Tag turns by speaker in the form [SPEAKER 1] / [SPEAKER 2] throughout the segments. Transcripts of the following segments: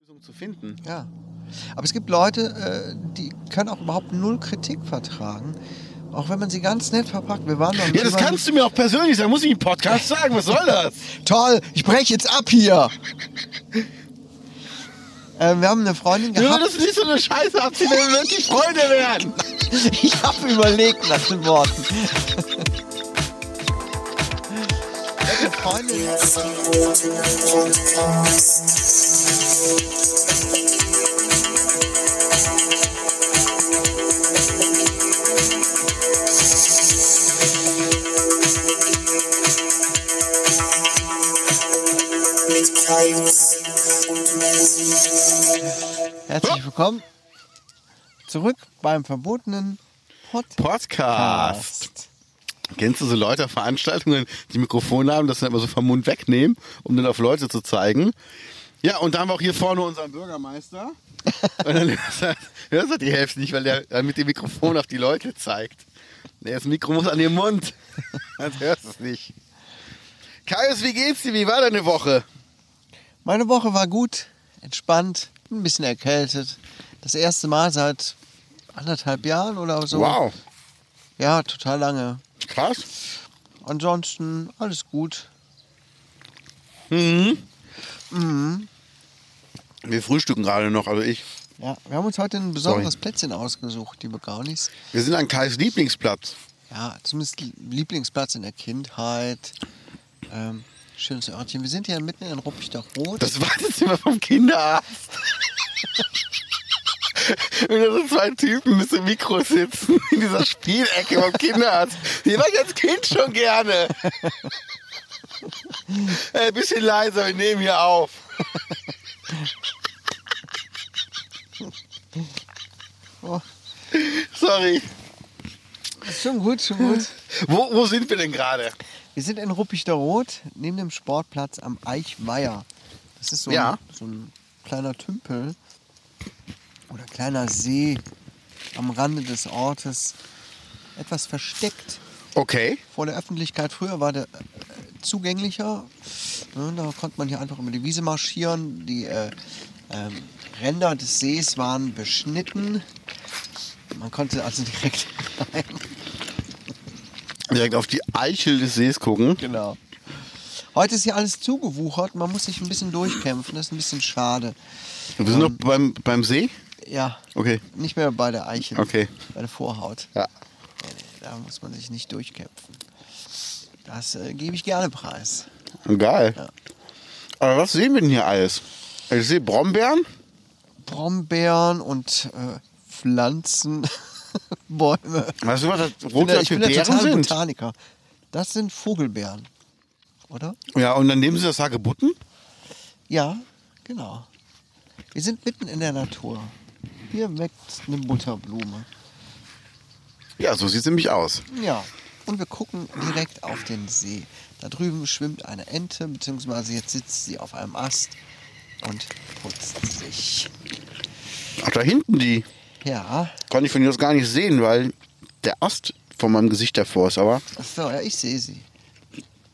[SPEAKER 1] Lösung zu finden.
[SPEAKER 2] Ja. Aber es gibt Leute, äh, die können auch überhaupt null Kritik vertragen. Auch wenn man sie ganz nett verpackt. Wir waren doch
[SPEAKER 1] Ja, das kannst du mir auch persönlich sagen. Muss ich im Podcast sagen? Was soll das?
[SPEAKER 2] Toll, ich breche jetzt ab hier. äh, wir haben eine Freundin
[SPEAKER 1] Ich will
[SPEAKER 2] gehabt.
[SPEAKER 1] das nicht so eine Scheiße ab. Sie will wirklich Freunde werden.
[SPEAKER 2] ich habe überlegt nach den Worten. Eine Freundin. Herzlich willkommen zurück beim verbotenen Podcast.
[SPEAKER 1] Podcast. Kennst du so Leute auf Veranstaltungen, die Mikrofone haben, das dann immer so vom Mund wegnehmen, um dann auf Leute zu zeigen? Ja, und da haben wir auch hier vorne unseren Bürgermeister. Und dann hörst du halt- hörst du halt die Hälfte nicht, weil der dann mit dem Mikrofon auf die Leute zeigt. Nee, Das Mikro muss an den Mund. Dann hörst du es nicht. Kaius, wie geht's dir? Wie war deine Woche?
[SPEAKER 2] Meine Woche war gut, entspannt, ein bisschen erkältet. Das erste Mal seit anderthalb Jahren oder so. Ja, total lange.
[SPEAKER 1] krass.
[SPEAKER 2] Ansonsten alles gut.
[SPEAKER 1] Mhm. Wir frühstücken gerade noch, also ich.
[SPEAKER 2] Ja, wir haben uns heute ein besonderes Plätzchen ausgesucht, liebe Gaunis.
[SPEAKER 1] Wir sind an Kais Lieblingsplatz.
[SPEAKER 2] Ja, zumindest Lieblingsplatz in der Kindheit. Ähm, schönes Örtchen. Wir sind ja mitten in Ruppichdach-Rot.
[SPEAKER 1] Das Wartezimmer vom Kinderarzt. Und da so zwei Typen mit so Mikros sitzen in dieser Spielecke vom Kinderarzt. Die war ich als Kind schon gerne. Ein bisschen leiser, wir nehmen hier auf.
[SPEAKER 2] Oh.
[SPEAKER 1] Sorry.
[SPEAKER 2] Schon gut, schon gut.
[SPEAKER 1] Wo, wo sind wir denn gerade?
[SPEAKER 2] Wir sind in Ruppichdorot, neben dem Sportplatz am Eichmeier. Das ist so,
[SPEAKER 1] Ja.
[SPEAKER 2] ein, so ein kleiner Tümpel oder kleiner See am Rande des Ortes. Etwas versteckt
[SPEAKER 1] Okay.
[SPEAKER 2] vor der Öffentlichkeit. Früher war der äh, zugänglicher. Ne, da konnte man hier einfach über die Wiese marschieren. Die äh, ähm, Ränder des Sees waren beschnitten. Man konnte also direkt rein.
[SPEAKER 1] Direkt auf die Eichel des Sees gucken.
[SPEAKER 2] Genau. Heute ist hier alles zugewuchert, man muss sich ein bisschen durchkämpfen, das ist ein bisschen schade.
[SPEAKER 1] Wir sind noch beim, beim See?
[SPEAKER 2] Ja,
[SPEAKER 1] Okay.
[SPEAKER 2] nicht mehr bei der Eiche,
[SPEAKER 1] Okay.
[SPEAKER 2] bei der Vorhaut.
[SPEAKER 1] Ja.
[SPEAKER 2] Nee, nee, Da muss man sich nicht durchkämpfen. Das äh, gebe ich gerne preis.
[SPEAKER 1] Geil.
[SPEAKER 2] Ja.
[SPEAKER 1] Aber was sehen wir denn hier alles? Ich sehe Brombeeren.
[SPEAKER 2] Brombeeren und äh, Pflanzen, Bäume.
[SPEAKER 1] Weißt du, was das
[SPEAKER 2] Ich bin
[SPEAKER 1] rote
[SPEAKER 2] ja- ich bin ja
[SPEAKER 1] Beeren
[SPEAKER 2] total
[SPEAKER 1] sind?
[SPEAKER 2] Botaniker. Das sind Vogelbeeren, oder?
[SPEAKER 1] Ja, und dann nehmen sie das Hagebutten.
[SPEAKER 2] Ja, genau. Wir sind mitten in der Natur. Hier wächst eine Butterblume.
[SPEAKER 1] Ja, so sieht es nämlich aus.
[SPEAKER 2] Ja, und wir gucken direkt auf den See. Da drüben schwimmt eine Ente, beziehungsweise jetzt sitzt sie auf einem Ast und putzt sich.
[SPEAKER 1] Ach, da hinten die.
[SPEAKER 2] Ja,
[SPEAKER 1] Kann ich von hier aus gar nicht sehen, weil der Ast vor meinem Gesicht davor ist, aber
[SPEAKER 2] ach so, ja, ich sehe sie.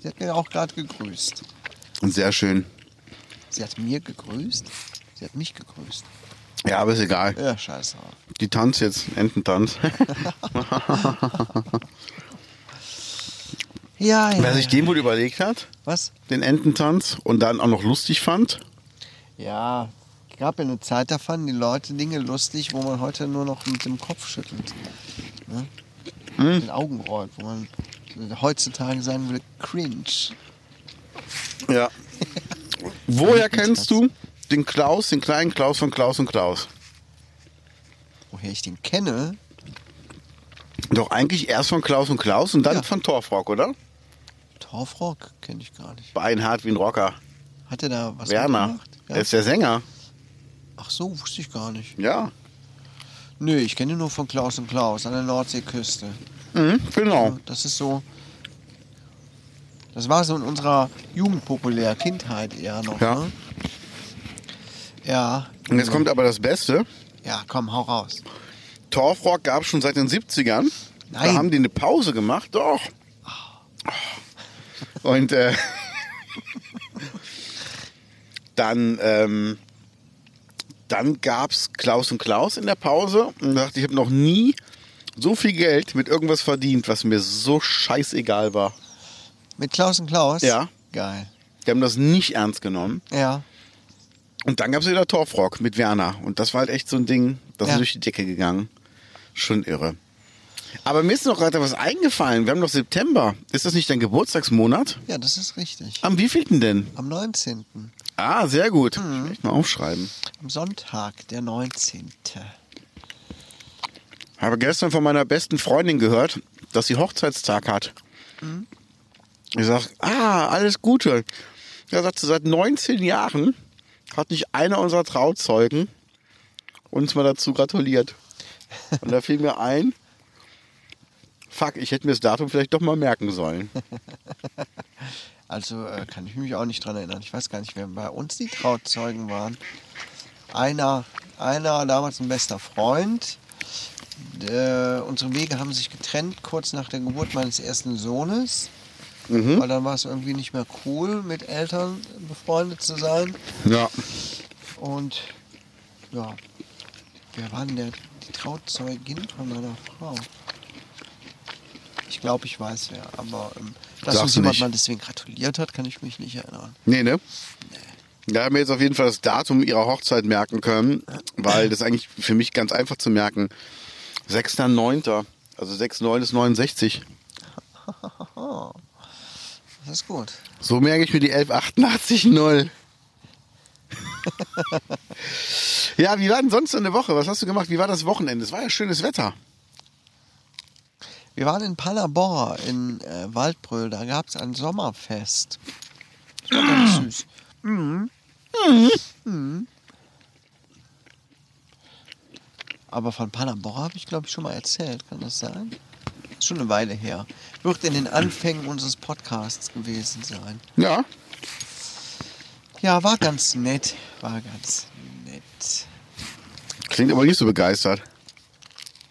[SPEAKER 2] Sie hat mir auch gerade gegrüßt.
[SPEAKER 1] sehr schön.
[SPEAKER 2] Sie hat mir gegrüßt? Sie hat mich gegrüßt.
[SPEAKER 1] Ja, aber ist egal.
[SPEAKER 2] Ja, scheiße.
[SPEAKER 1] Die tanzt jetzt, Ententanz.
[SPEAKER 2] Ja, ja.
[SPEAKER 1] Wer sich
[SPEAKER 2] ja.
[SPEAKER 1] den wohl überlegt hat,
[SPEAKER 2] Was?
[SPEAKER 1] den Ententanz, und dann auch noch lustig fand.
[SPEAKER 2] Ja, gab ja eine Zeit, da fanden die Leute Dinge lustig, wo man heute nur noch mit dem Kopf schüttelt. Ne?
[SPEAKER 1] Hm?
[SPEAKER 2] Mit den Augen rollt, wo man heutzutage sagen würde, cringe.
[SPEAKER 1] Ja. Woher kennst du den Klaus, den kleinen Klaus von Klaus und Klaus?
[SPEAKER 2] Woher ich den kenne,
[SPEAKER 1] Doch eigentlich erst von Klaus und Klaus und dann
[SPEAKER 2] Ja.
[SPEAKER 1] von Torfrock, oder?
[SPEAKER 2] Torfrock kenne ich gar nicht.
[SPEAKER 1] Beinhard wie ein Rocker.
[SPEAKER 2] Hat er da was
[SPEAKER 1] Werner.
[SPEAKER 2] mitgemacht?
[SPEAKER 1] Er ist der Sänger.
[SPEAKER 2] Ja. Ach so, wusste ich gar nicht.
[SPEAKER 1] Ja.
[SPEAKER 2] Nö, ich kenne ihn nur von Klaus und Klaus an der Nordseeküste.
[SPEAKER 1] Mhm, genau.
[SPEAKER 2] Das ist so. Das war so in unserer Jugend populär, Kindheit eher noch.
[SPEAKER 1] Ja. Hm?
[SPEAKER 2] Ne? ja.
[SPEAKER 1] Und jetzt kommt aber das Beste.
[SPEAKER 2] Ja, komm, hau raus.
[SPEAKER 1] Torfrock gab es schon seit den 70ern. Da
[SPEAKER 2] Nein.
[SPEAKER 1] haben die eine Pause gemacht. Doch. Und äh, dann ähm, dann gab es Klaus und Klaus in der Pause und dachte, ich habe noch nie so viel Geld mit irgendwas verdient, was mir so scheißegal war.
[SPEAKER 2] Mit Klaus und Klaus?
[SPEAKER 1] Ja.
[SPEAKER 2] Geil.
[SPEAKER 1] Die haben das nicht ernst genommen.
[SPEAKER 2] Ja.
[SPEAKER 1] Und dann gab es wieder Torfrock mit Werner. Und das war halt echt so ein Ding, das
[SPEAKER 2] Ja.
[SPEAKER 1] ist durch die Decke gegangen. Schon irre. Aber mir ist noch gerade was eingefallen. Wir haben doch September. Ist das nicht dein Geburtstagsmonat?
[SPEAKER 2] Ja, das ist richtig.
[SPEAKER 1] Am wievielten denn?
[SPEAKER 2] Am 19.
[SPEAKER 1] Ah, sehr gut. Ich will echt mal aufschreiben.
[SPEAKER 2] Am Sonntag, der 19.
[SPEAKER 1] Habe gestern von meiner besten Freundin gehört, dass sie Hochzeitstag hat. Ich sag, ah, alles Gute. Da sagt sie, seit 19 Jahren hat nicht einer unserer Trauzeugen uns mal dazu gratuliert. Und da fiel mir ein, fuck, ich hätte mir das Datum vielleicht doch mal merken sollen.
[SPEAKER 2] Also äh, kann ich mich auch nicht dran erinnern. Ich weiß gar nicht, wer bei uns die Trauzeugen waren. Einer, einer damals ein bester Freund. Äh, unsere Wege haben sich getrennt kurz nach der Geburt meines ersten Sohnes. Weil dann war es irgendwie nicht mehr cool, mit Eltern befreundet zu sein.
[SPEAKER 1] Ja.
[SPEAKER 2] Und ja, wer war denn der, die Trauzeugin von meiner Frau? Ich glaube, ich weiß wer, aber ähm, dass
[SPEAKER 1] Sag's
[SPEAKER 2] uns jemand
[SPEAKER 1] nicht.
[SPEAKER 2] mal deswegen gratuliert hat, kann ich mich nicht erinnern.
[SPEAKER 1] Nee, ne? Da haben wir jetzt auf jeden Fall das Datum ihrer Hochzeit merken können, weil das ist eigentlich für mich ganz einfach zu merken. 6.9. Also 6.9 ist 69.
[SPEAKER 2] Das ist gut.
[SPEAKER 1] So merke ich mir die 1188 0. ja, wie war denn sonst so eine Woche? Was hast du gemacht? Wie war das Wochenende? Es war ja schönes Wetter.
[SPEAKER 2] Wir waren in Palabora in äh, Waldbröl, da gab es ein Sommerfest. Das war ganz süß. Mhm. Mhm. Aber von Palabora habe ich, glaube ich, schon mal erzählt. Kann das sein? Ist schon eine Weile her. Wird in den Anfängen unseres Podcasts gewesen sein.
[SPEAKER 1] Ja.
[SPEAKER 2] Ja, war ganz nett. War ganz nett.
[SPEAKER 1] Klingt aber nicht so begeistert.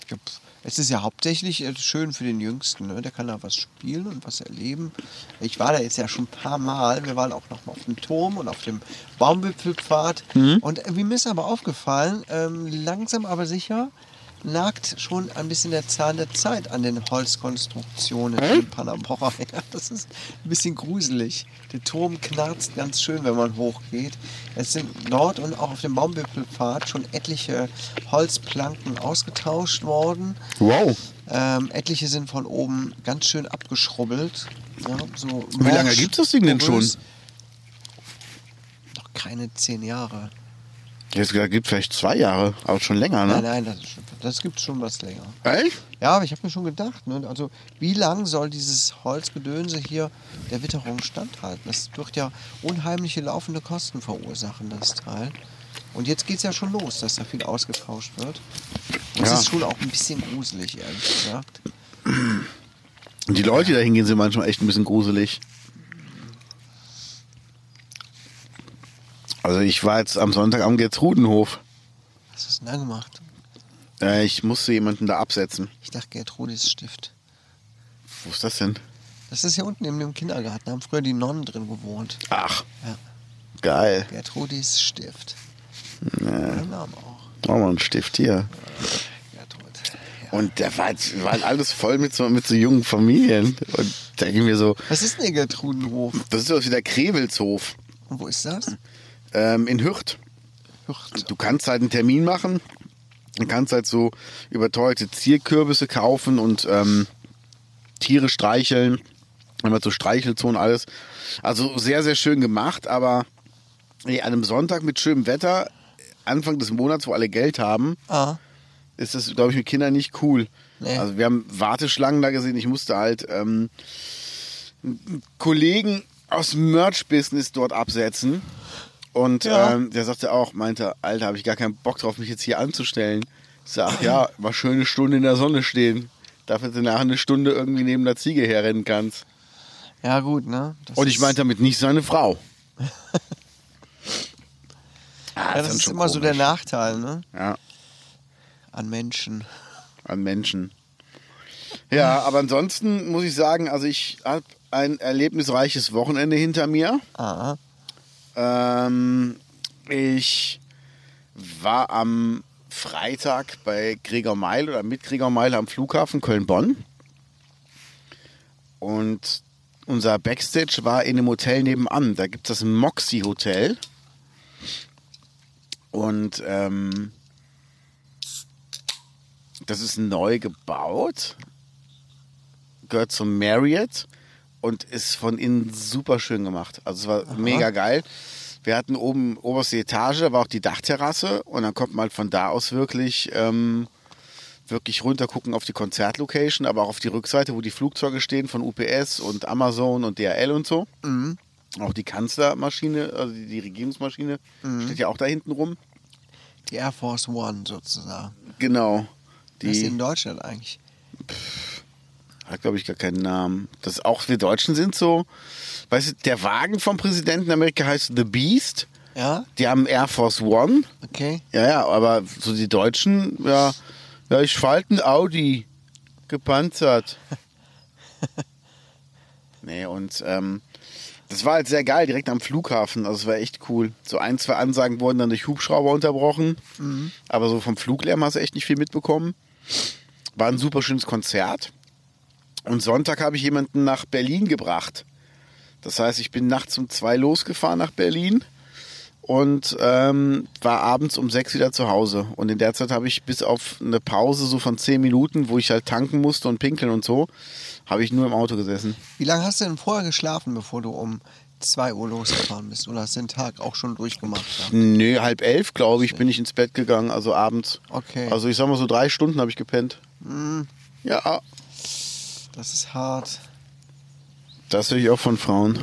[SPEAKER 2] Ja, pf, Es ist ja hauptsächlich äh, schön für den Jüngsten, ne? der kann da was spielen und was erleben. Ich war da jetzt ja schon ein paar Mal, wir waren auch noch mal auf dem Turm und auf dem Baumwipfelpfad. Und äh, wie mir ist aber aufgefallen, ähm, langsam aber sicher nagt schon ein bisschen der Zahn der Zeit an den Holzkonstruktionen in Panamora. Ja, das ist ein bisschen gruselig. Der Turm knarzt ganz schön, wenn man hochgeht. Es sind dort und auch auf dem Baumwipfelpfad schon etliche Holzplanken ausgetauscht worden.
[SPEAKER 1] Wow.
[SPEAKER 2] Ähm, etliche sind von oben ganz schön abgeschrubbelt. Ja, so
[SPEAKER 1] Wie lange gibt's das Ding denn schon?
[SPEAKER 2] Noch keine zehn Jahre.
[SPEAKER 1] Jetzt gibt vielleicht zwei Jahre, aber schon länger,
[SPEAKER 2] Nein,
[SPEAKER 1] ne?
[SPEAKER 2] nein, das, ist schon- das gibt schon was länger.
[SPEAKER 1] Echt?
[SPEAKER 2] Ja, aber ich habe mir schon gedacht, ne, also wie lang soll dieses Holzgedönse hier der Witterung standhalten? Das wird ja unheimliche laufende Kosten verursachen, das Teil. Und jetzt geht es ja schon los, dass da viel ausgetauscht wird. Und
[SPEAKER 1] Ja.
[SPEAKER 2] es ist schon auch ein bisschen gruselig, ehrlich gesagt.
[SPEAKER 1] Und die Leute, die da hingehen, sind manchmal echt ein bisschen gruselig. Also ich war jetzt am Sonntag am Gertrudenhof.
[SPEAKER 2] Was hast du denn da gemacht?
[SPEAKER 1] Äh, Ich musste jemanden da absetzen.
[SPEAKER 2] Ich dachte, Gertrudis Stift.
[SPEAKER 1] Wo ist das denn?
[SPEAKER 2] Das ist hier unten neben dem Kindergarten. Da haben früher die Nonnen drin gewohnt.
[SPEAKER 1] Ach,
[SPEAKER 2] Ja,
[SPEAKER 1] geil.
[SPEAKER 2] Gertrudis Stift. Der Name auch.
[SPEAKER 1] Machen wir einen Stift hier.
[SPEAKER 2] Gertrud. Ja.
[SPEAKER 1] Und da war, jetzt- waren alles voll mit so, mit so jungen Familien. Und da ging mir so,
[SPEAKER 2] Was ist denn der Gertrudenhof?
[SPEAKER 1] das ist doch wieder Krevelshof
[SPEAKER 2] Und wo ist das?
[SPEAKER 1] ähm, in Hürth.
[SPEAKER 2] Hürth.
[SPEAKER 1] Du kannst halt einen Termin machen. Du kannst halt so überteuerte Zierkürbisse kaufen und ähm, Tiere streicheln. Immer so Streichelzonen, alles. Also sehr, sehr schön gemacht, aber nee, an einem Sonntag mit schönem Wetter, Anfang des Monats, wo alle Geld haben,
[SPEAKER 2] Ah.
[SPEAKER 1] ist das, glaube ich, mit Kindern nicht cool.
[SPEAKER 2] Nee.
[SPEAKER 1] Also wir haben Warteschlangen da gesehen. Ich musste halt ähm, einen Kollegen aus dem Merch-Business dort absetzen. Und
[SPEAKER 2] Ja.
[SPEAKER 1] ähm, der sagte auch, meinte, Alter, habe ich gar keinen Bock drauf, mich jetzt hier anzustellen. Ich sag, ja, mal schöne Stunde in der Sonne stehen. Dafür dass du nachher eine Stunde irgendwie neben der Ziege herrennen kannst.
[SPEAKER 2] Ja, gut, ne? Das
[SPEAKER 1] Und ich
[SPEAKER 2] ist-
[SPEAKER 1] meinte damit nicht seine Frau. Ah,
[SPEAKER 2] Ja, das
[SPEAKER 1] dann
[SPEAKER 2] ist
[SPEAKER 1] schon
[SPEAKER 2] immer so der
[SPEAKER 1] komisch.
[SPEAKER 2] Nachteil, ne?
[SPEAKER 1] Ja.
[SPEAKER 2] An Menschen.
[SPEAKER 1] an Menschen. Ja, aber ansonsten muss ich sagen, also ich habe ein erlebnisreiches Wochenende hinter mir.
[SPEAKER 2] Ah.
[SPEAKER 1] Ähm, ich war am Freitag bei Gregor Meil oder mit Gregor Meil am Flughafen Köln-Bonn. Und unser Backstage war in dem Hotel nebenan. Da gibt es das Moxie Hotel. Und ähm, das ist neu gebaut, gehört zum Marriott und ist von innen super schön gemacht. Also es war mega geil. Wir hatten oben oberste Etage, da war auch die Dachterrasse und dann konnte man halt von da aus wirklich ähm, wirklich runter gucken auf die Konzertlocation, aber auch auf die Rückseite, wo die Flugzeuge stehen von UPS und Amazon und DHL und so. Auch die Kanzlermaschine, also die, die Regierungsmaschine, steht ja auch da hinten rum.
[SPEAKER 2] Die Air Force One sozusagen.
[SPEAKER 1] Genau.
[SPEAKER 2] Was ist in
[SPEAKER 1] Die
[SPEAKER 2] Deutschland eigentlich?
[SPEAKER 1] hat, glaube ich, gar keinen Namen. Das auch wir Deutschen sind so. Weißt du, der Wagen vom Präsidenten Amerika heißt The Beast.
[SPEAKER 2] Ja,
[SPEAKER 1] Die haben Air Force One.
[SPEAKER 2] okay.
[SPEAKER 1] Ja, ja, aber so die Deutschen, ja, ja ich falten Audi gepanzert. nee, und ähm, das war halt sehr geil, direkt am Flughafen. Also es war echt cool. So ein, zwei Ansagen wurden dann durch Hubschrauber unterbrochen. Aber so vom Fluglärm hast du echt nicht viel mitbekommen. War ein super schönes Konzert. Und Sonntag habe ich jemanden nach Berlin gebracht. Das heißt, ich bin nachts um zwei losgefahren nach Berlin und ähm, war abends um sechs wieder zu Hause. Und in der Zeit habe ich bis auf eine Pause so von zehn Minuten, wo ich halt tanken musste und pinkeln und so, habe ich nur im Auto gesessen.
[SPEAKER 2] Wie lange hast du denn vorher geschlafen, bevor du um 2 Uhr losgefahren bist? Oder hast du den Tag auch schon durchgemacht? Ja?
[SPEAKER 1] Nö, halb elf, glaube ich, bin ich ins Bett gegangen, also abends.
[SPEAKER 2] Okay. Mhm.
[SPEAKER 1] Also ich sag mal so drei Stunden habe ich gepennt. Ja,
[SPEAKER 2] Das ist hart.
[SPEAKER 1] das höre ich auch von Frauen.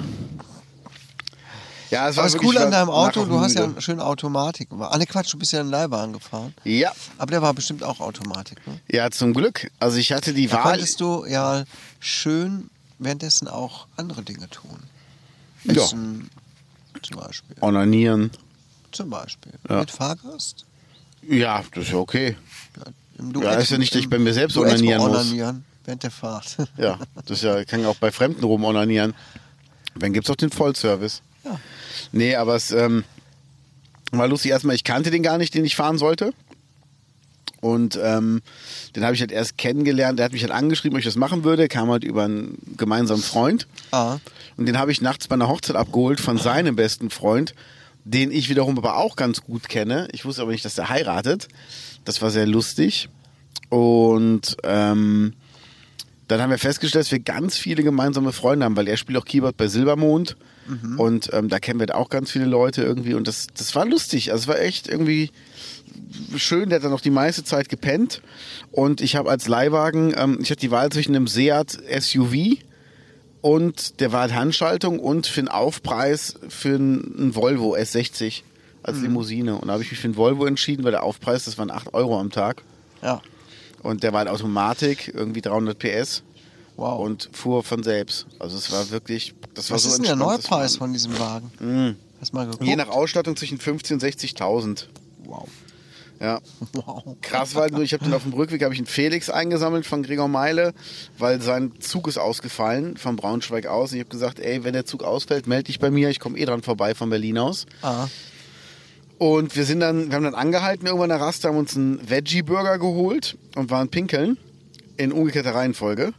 [SPEAKER 1] Ja, es
[SPEAKER 2] Aber
[SPEAKER 1] war
[SPEAKER 2] das
[SPEAKER 1] wirklich-
[SPEAKER 2] Coole an deinem
[SPEAKER 1] ich war
[SPEAKER 2] Auto,
[SPEAKER 1] nach-
[SPEAKER 2] du hast ja
[SPEAKER 1] müde.
[SPEAKER 2] eine schöne Automatik. Ah ne Quatsch, du bist ja in Leihwagen gefahren.
[SPEAKER 1] Ja,
[SPEAKER 2] Aber der war bestimmt auch Automatik. Ne?
[SPEAKER 1] ja, zum Glück. Also ich hatte die
[SPEAKER 2] Da
[SPEAKER 1] Wahl.
[SPEAKER 2] konntest du ja schön währenddessen auch andere Dinge tun.
[SPEAKER 1] Ja.
[SPEAKER 2] Essen zum Beispiel.
[SPEAKER 1] Onanieren.
[SPEAKER 2] Zum Beispiel.
[SPEAKER 1] Ja.
[SPEAKER 2] Mit Fahrgast.
[SPEAKER 1] Ja, das ist ja okay.
[SPEAKER 2] Ja, im Duett,
[SPEAKER 1] Ja, ist ja nicht, dass ich
[SPEAKER 2] im
[SPEAKER 1] bei mir selbst
[SPEAKER 2] Duett
[SPEAKER 1] onanieren muss.
[SPEAKER 2] onanieren Während der Fahrt.
[SPEAKER 1] Ja, das ist ja, kann ja auch bei Fremden rumonanieren. Dann gibt es auch den Vollservice.
[SPEAKER 2] Ja.
[SPEAKER 1] Nee, aber es ähm, war lustig. Erstmal, ich kannte den gar nicht, den ich fahren sollte. Und ähm, den habe ich halt erst kennengelernt. Der hat mich halt angeschrieben, ob ich das machen würde. Kam halt über einen gemeinsamen Freund.
[SPEAKER 2] Ah,
[SPEAKER 1] Und den habe ich nachts bei einer Hochzeit abgeholt von seinem besten Freund, den ich wiederum aber auch ganz gut kenne. Ich wusste aber nicht, dass der heiratet. Das war sehr lustig. Und ähm, dann haben wir festgestellt, dass wir ganz viele gemeinsame Freunde haben, weil er spielt auch Keyboard bei Silbermond. Und ähm, da kennen wir halt auch ganz viele Leute irgendwie. Und das, das war lustig. Also es war echt irgendwie schön, der hat dann noch die meiste Zeit gepennt. Und ich habe als Leihwagen, ähm, ich hatte die Wahl zwischen einem Seat SUV und der war halt Handschaltung und für einen Aufpreis für einen Volvo S60 als
[SPEAKER 2] Mhm.
[SPEAKER 1] Limousine. Und da habe ich mich für einen Volvo entschieden, weil der Aufpreis, das waren 8 Euro am Tag.
[SPEAKER 2] ja.
[SPEAKER 1] Und der war halt Automatik, irgendwie 300 PS.
[SPEAKER 2] Wow.
[SPEAKER 1] Und fuhr von selbst. Also es war wirklich, das war
[SPEAKER 2] Was
[SPEAKER 1] so
[SPEAKER 2] ist denn der
[SPEAKER 1] entspannt, das
[SPEAKER 2] Neupreis
[SPEAKER 1] war-
[SPEAKER 2] von diesem Wagen? Hast du mal geguckt?
[SPEAKER 1] Je nach Ausstattung zwischen 15.000 und 60.000.
[SPEAKER 2] Wow.
[SPEAKER 1] Ja,
[SPEAKER 2] wow.
[SPEAKER 1] krass war halt nur, ich habe dann auf dem Rückweg habe ich einen Felix eingesammelt von Gregor Meile, weil sein Zug ist ausgefallen von Braunschweig aus. Und ich habe gesagt, ey, wenn der Zug ausfällt, melde dich bei mir, ich komme eh dran vorbei von Berlin aus.
[SPEAKER 2] Ah,
[SPEAKER 1] Und wir sind dann, wir haben dann angehalten irgendwann nach Rast, haben uns einen Veggie Burger geholt und waren pinkeln in umgekehrter Reihenfolge.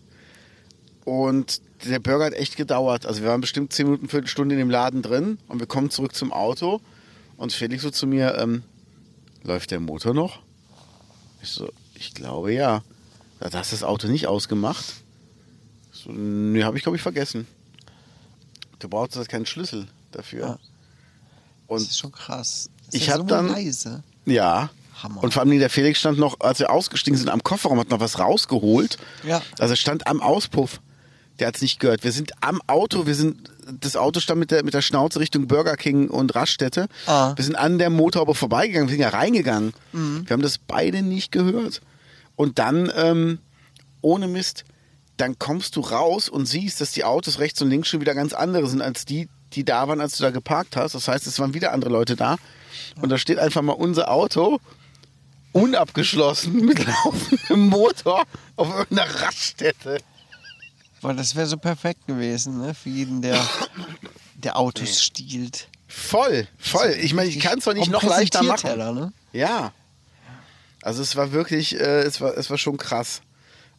[SPEAKER 1] Und der Burger hat echt gedauert. Also wir waren bestimmt 10 Minuten, Viertelstunde in dem Laden drin und wir kommen zurück zum Auto und Felix so zu mir, ähm, läuft der Motor noch? Ich so, ich glaube ja. Da hast du das Auto nicht ausgemacht. Ich So, nee, habe ich glaube ich vergessen. Du brauchst halt keinen Schlüssel dafür.
[SPEAKER 2] Ja. das
[SPEAKER 1] Und
[SPEAKER 2] ist schon krass. Ist
[SPEAKER 1] ich
[SPEAKER 2] der
[SPEAKER 1] hab
[SPEAKER 2] so
[SPEAKER 1] dann-
[SPEAKER 2] leise.
[SPEAKER 1] ja.
[SPEAKER 2] Hammer.
[SPEAKER 1] Und vor allem der Felix stand noch, als wir ausgestiegen sind, am Kofferraum, hat noch was rausgeholt.
[SPEAKER 2] Ja.
[SPEAKER 1] Also er stand am Auspuff. Der hat es nicht gehört. Wir sind am Auto, wir sind, das Auto stand mit der, mit der Schnauze Richtung Burger King und Raststätte.
[SPEAKER 2] Ah.
[SPEAKER 1] Wir sind an der Motorhaube vorbeigegangen, wir sind ja reingegangen. Wir haben das beide nicht gehört. Und dann, ähm, ohne Mist, dann kommst du raus und siehst, dass die Autos rechts und links schon wieder ganz andere sind als die, die da waren, als du da geparkt hast. Das heißt, es waren wieder andere Leute da. Und da steht einfach mal unser Auto unabgeschlossen mit laufendem Motor auf irgendeiner Raststätte.
[SPEAKER 2] Weil das wäre so perfekt gewesen, ne? Für jeden, der, der Autos stiehlt.
[SPEAKER 1] Voll, voll. Ich meine, ich kann es zwar nicht noch leichter machen.
[SPEAKER 2] Teller, ne?
[SPEAKER 1] Ja. Also es war wirklich, äh, es, war, es war schon krass.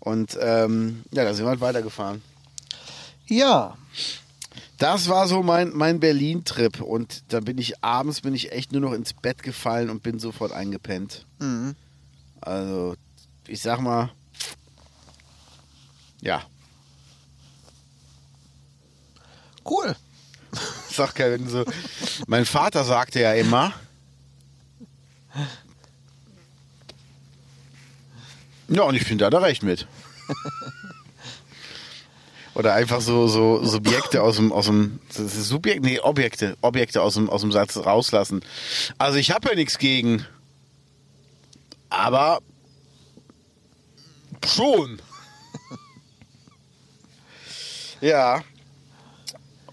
[SPEAKER 1] Und ähm, ja, da sind wir halt weitergefahren.
[SPEAKER 2] Ja,
[SPEAKER 1] Das war so mein, mein Berlin-Trip. Und da bin ich abends, bin ich echt nur noch ins Bett gefallen und bin sofort eingepennt.
[SPEAKER 2] Mhm.
[SPEAKER 1] Also, ich sag mal, ja,
[SPEAKER 2] cool.
[SPEAKER 1] Sag Kevin so. Mein Vater sagte ja immer. Ja, und ich finde, da hat er recht mit. Oder einfach so, so Subjekte aus dem, aus dem das ist Subjekt, nee, Objekte, Objekte aus dem, aus dem Satz rauslassen. Also ich habe ja nichts gegen. Aber schon. ja.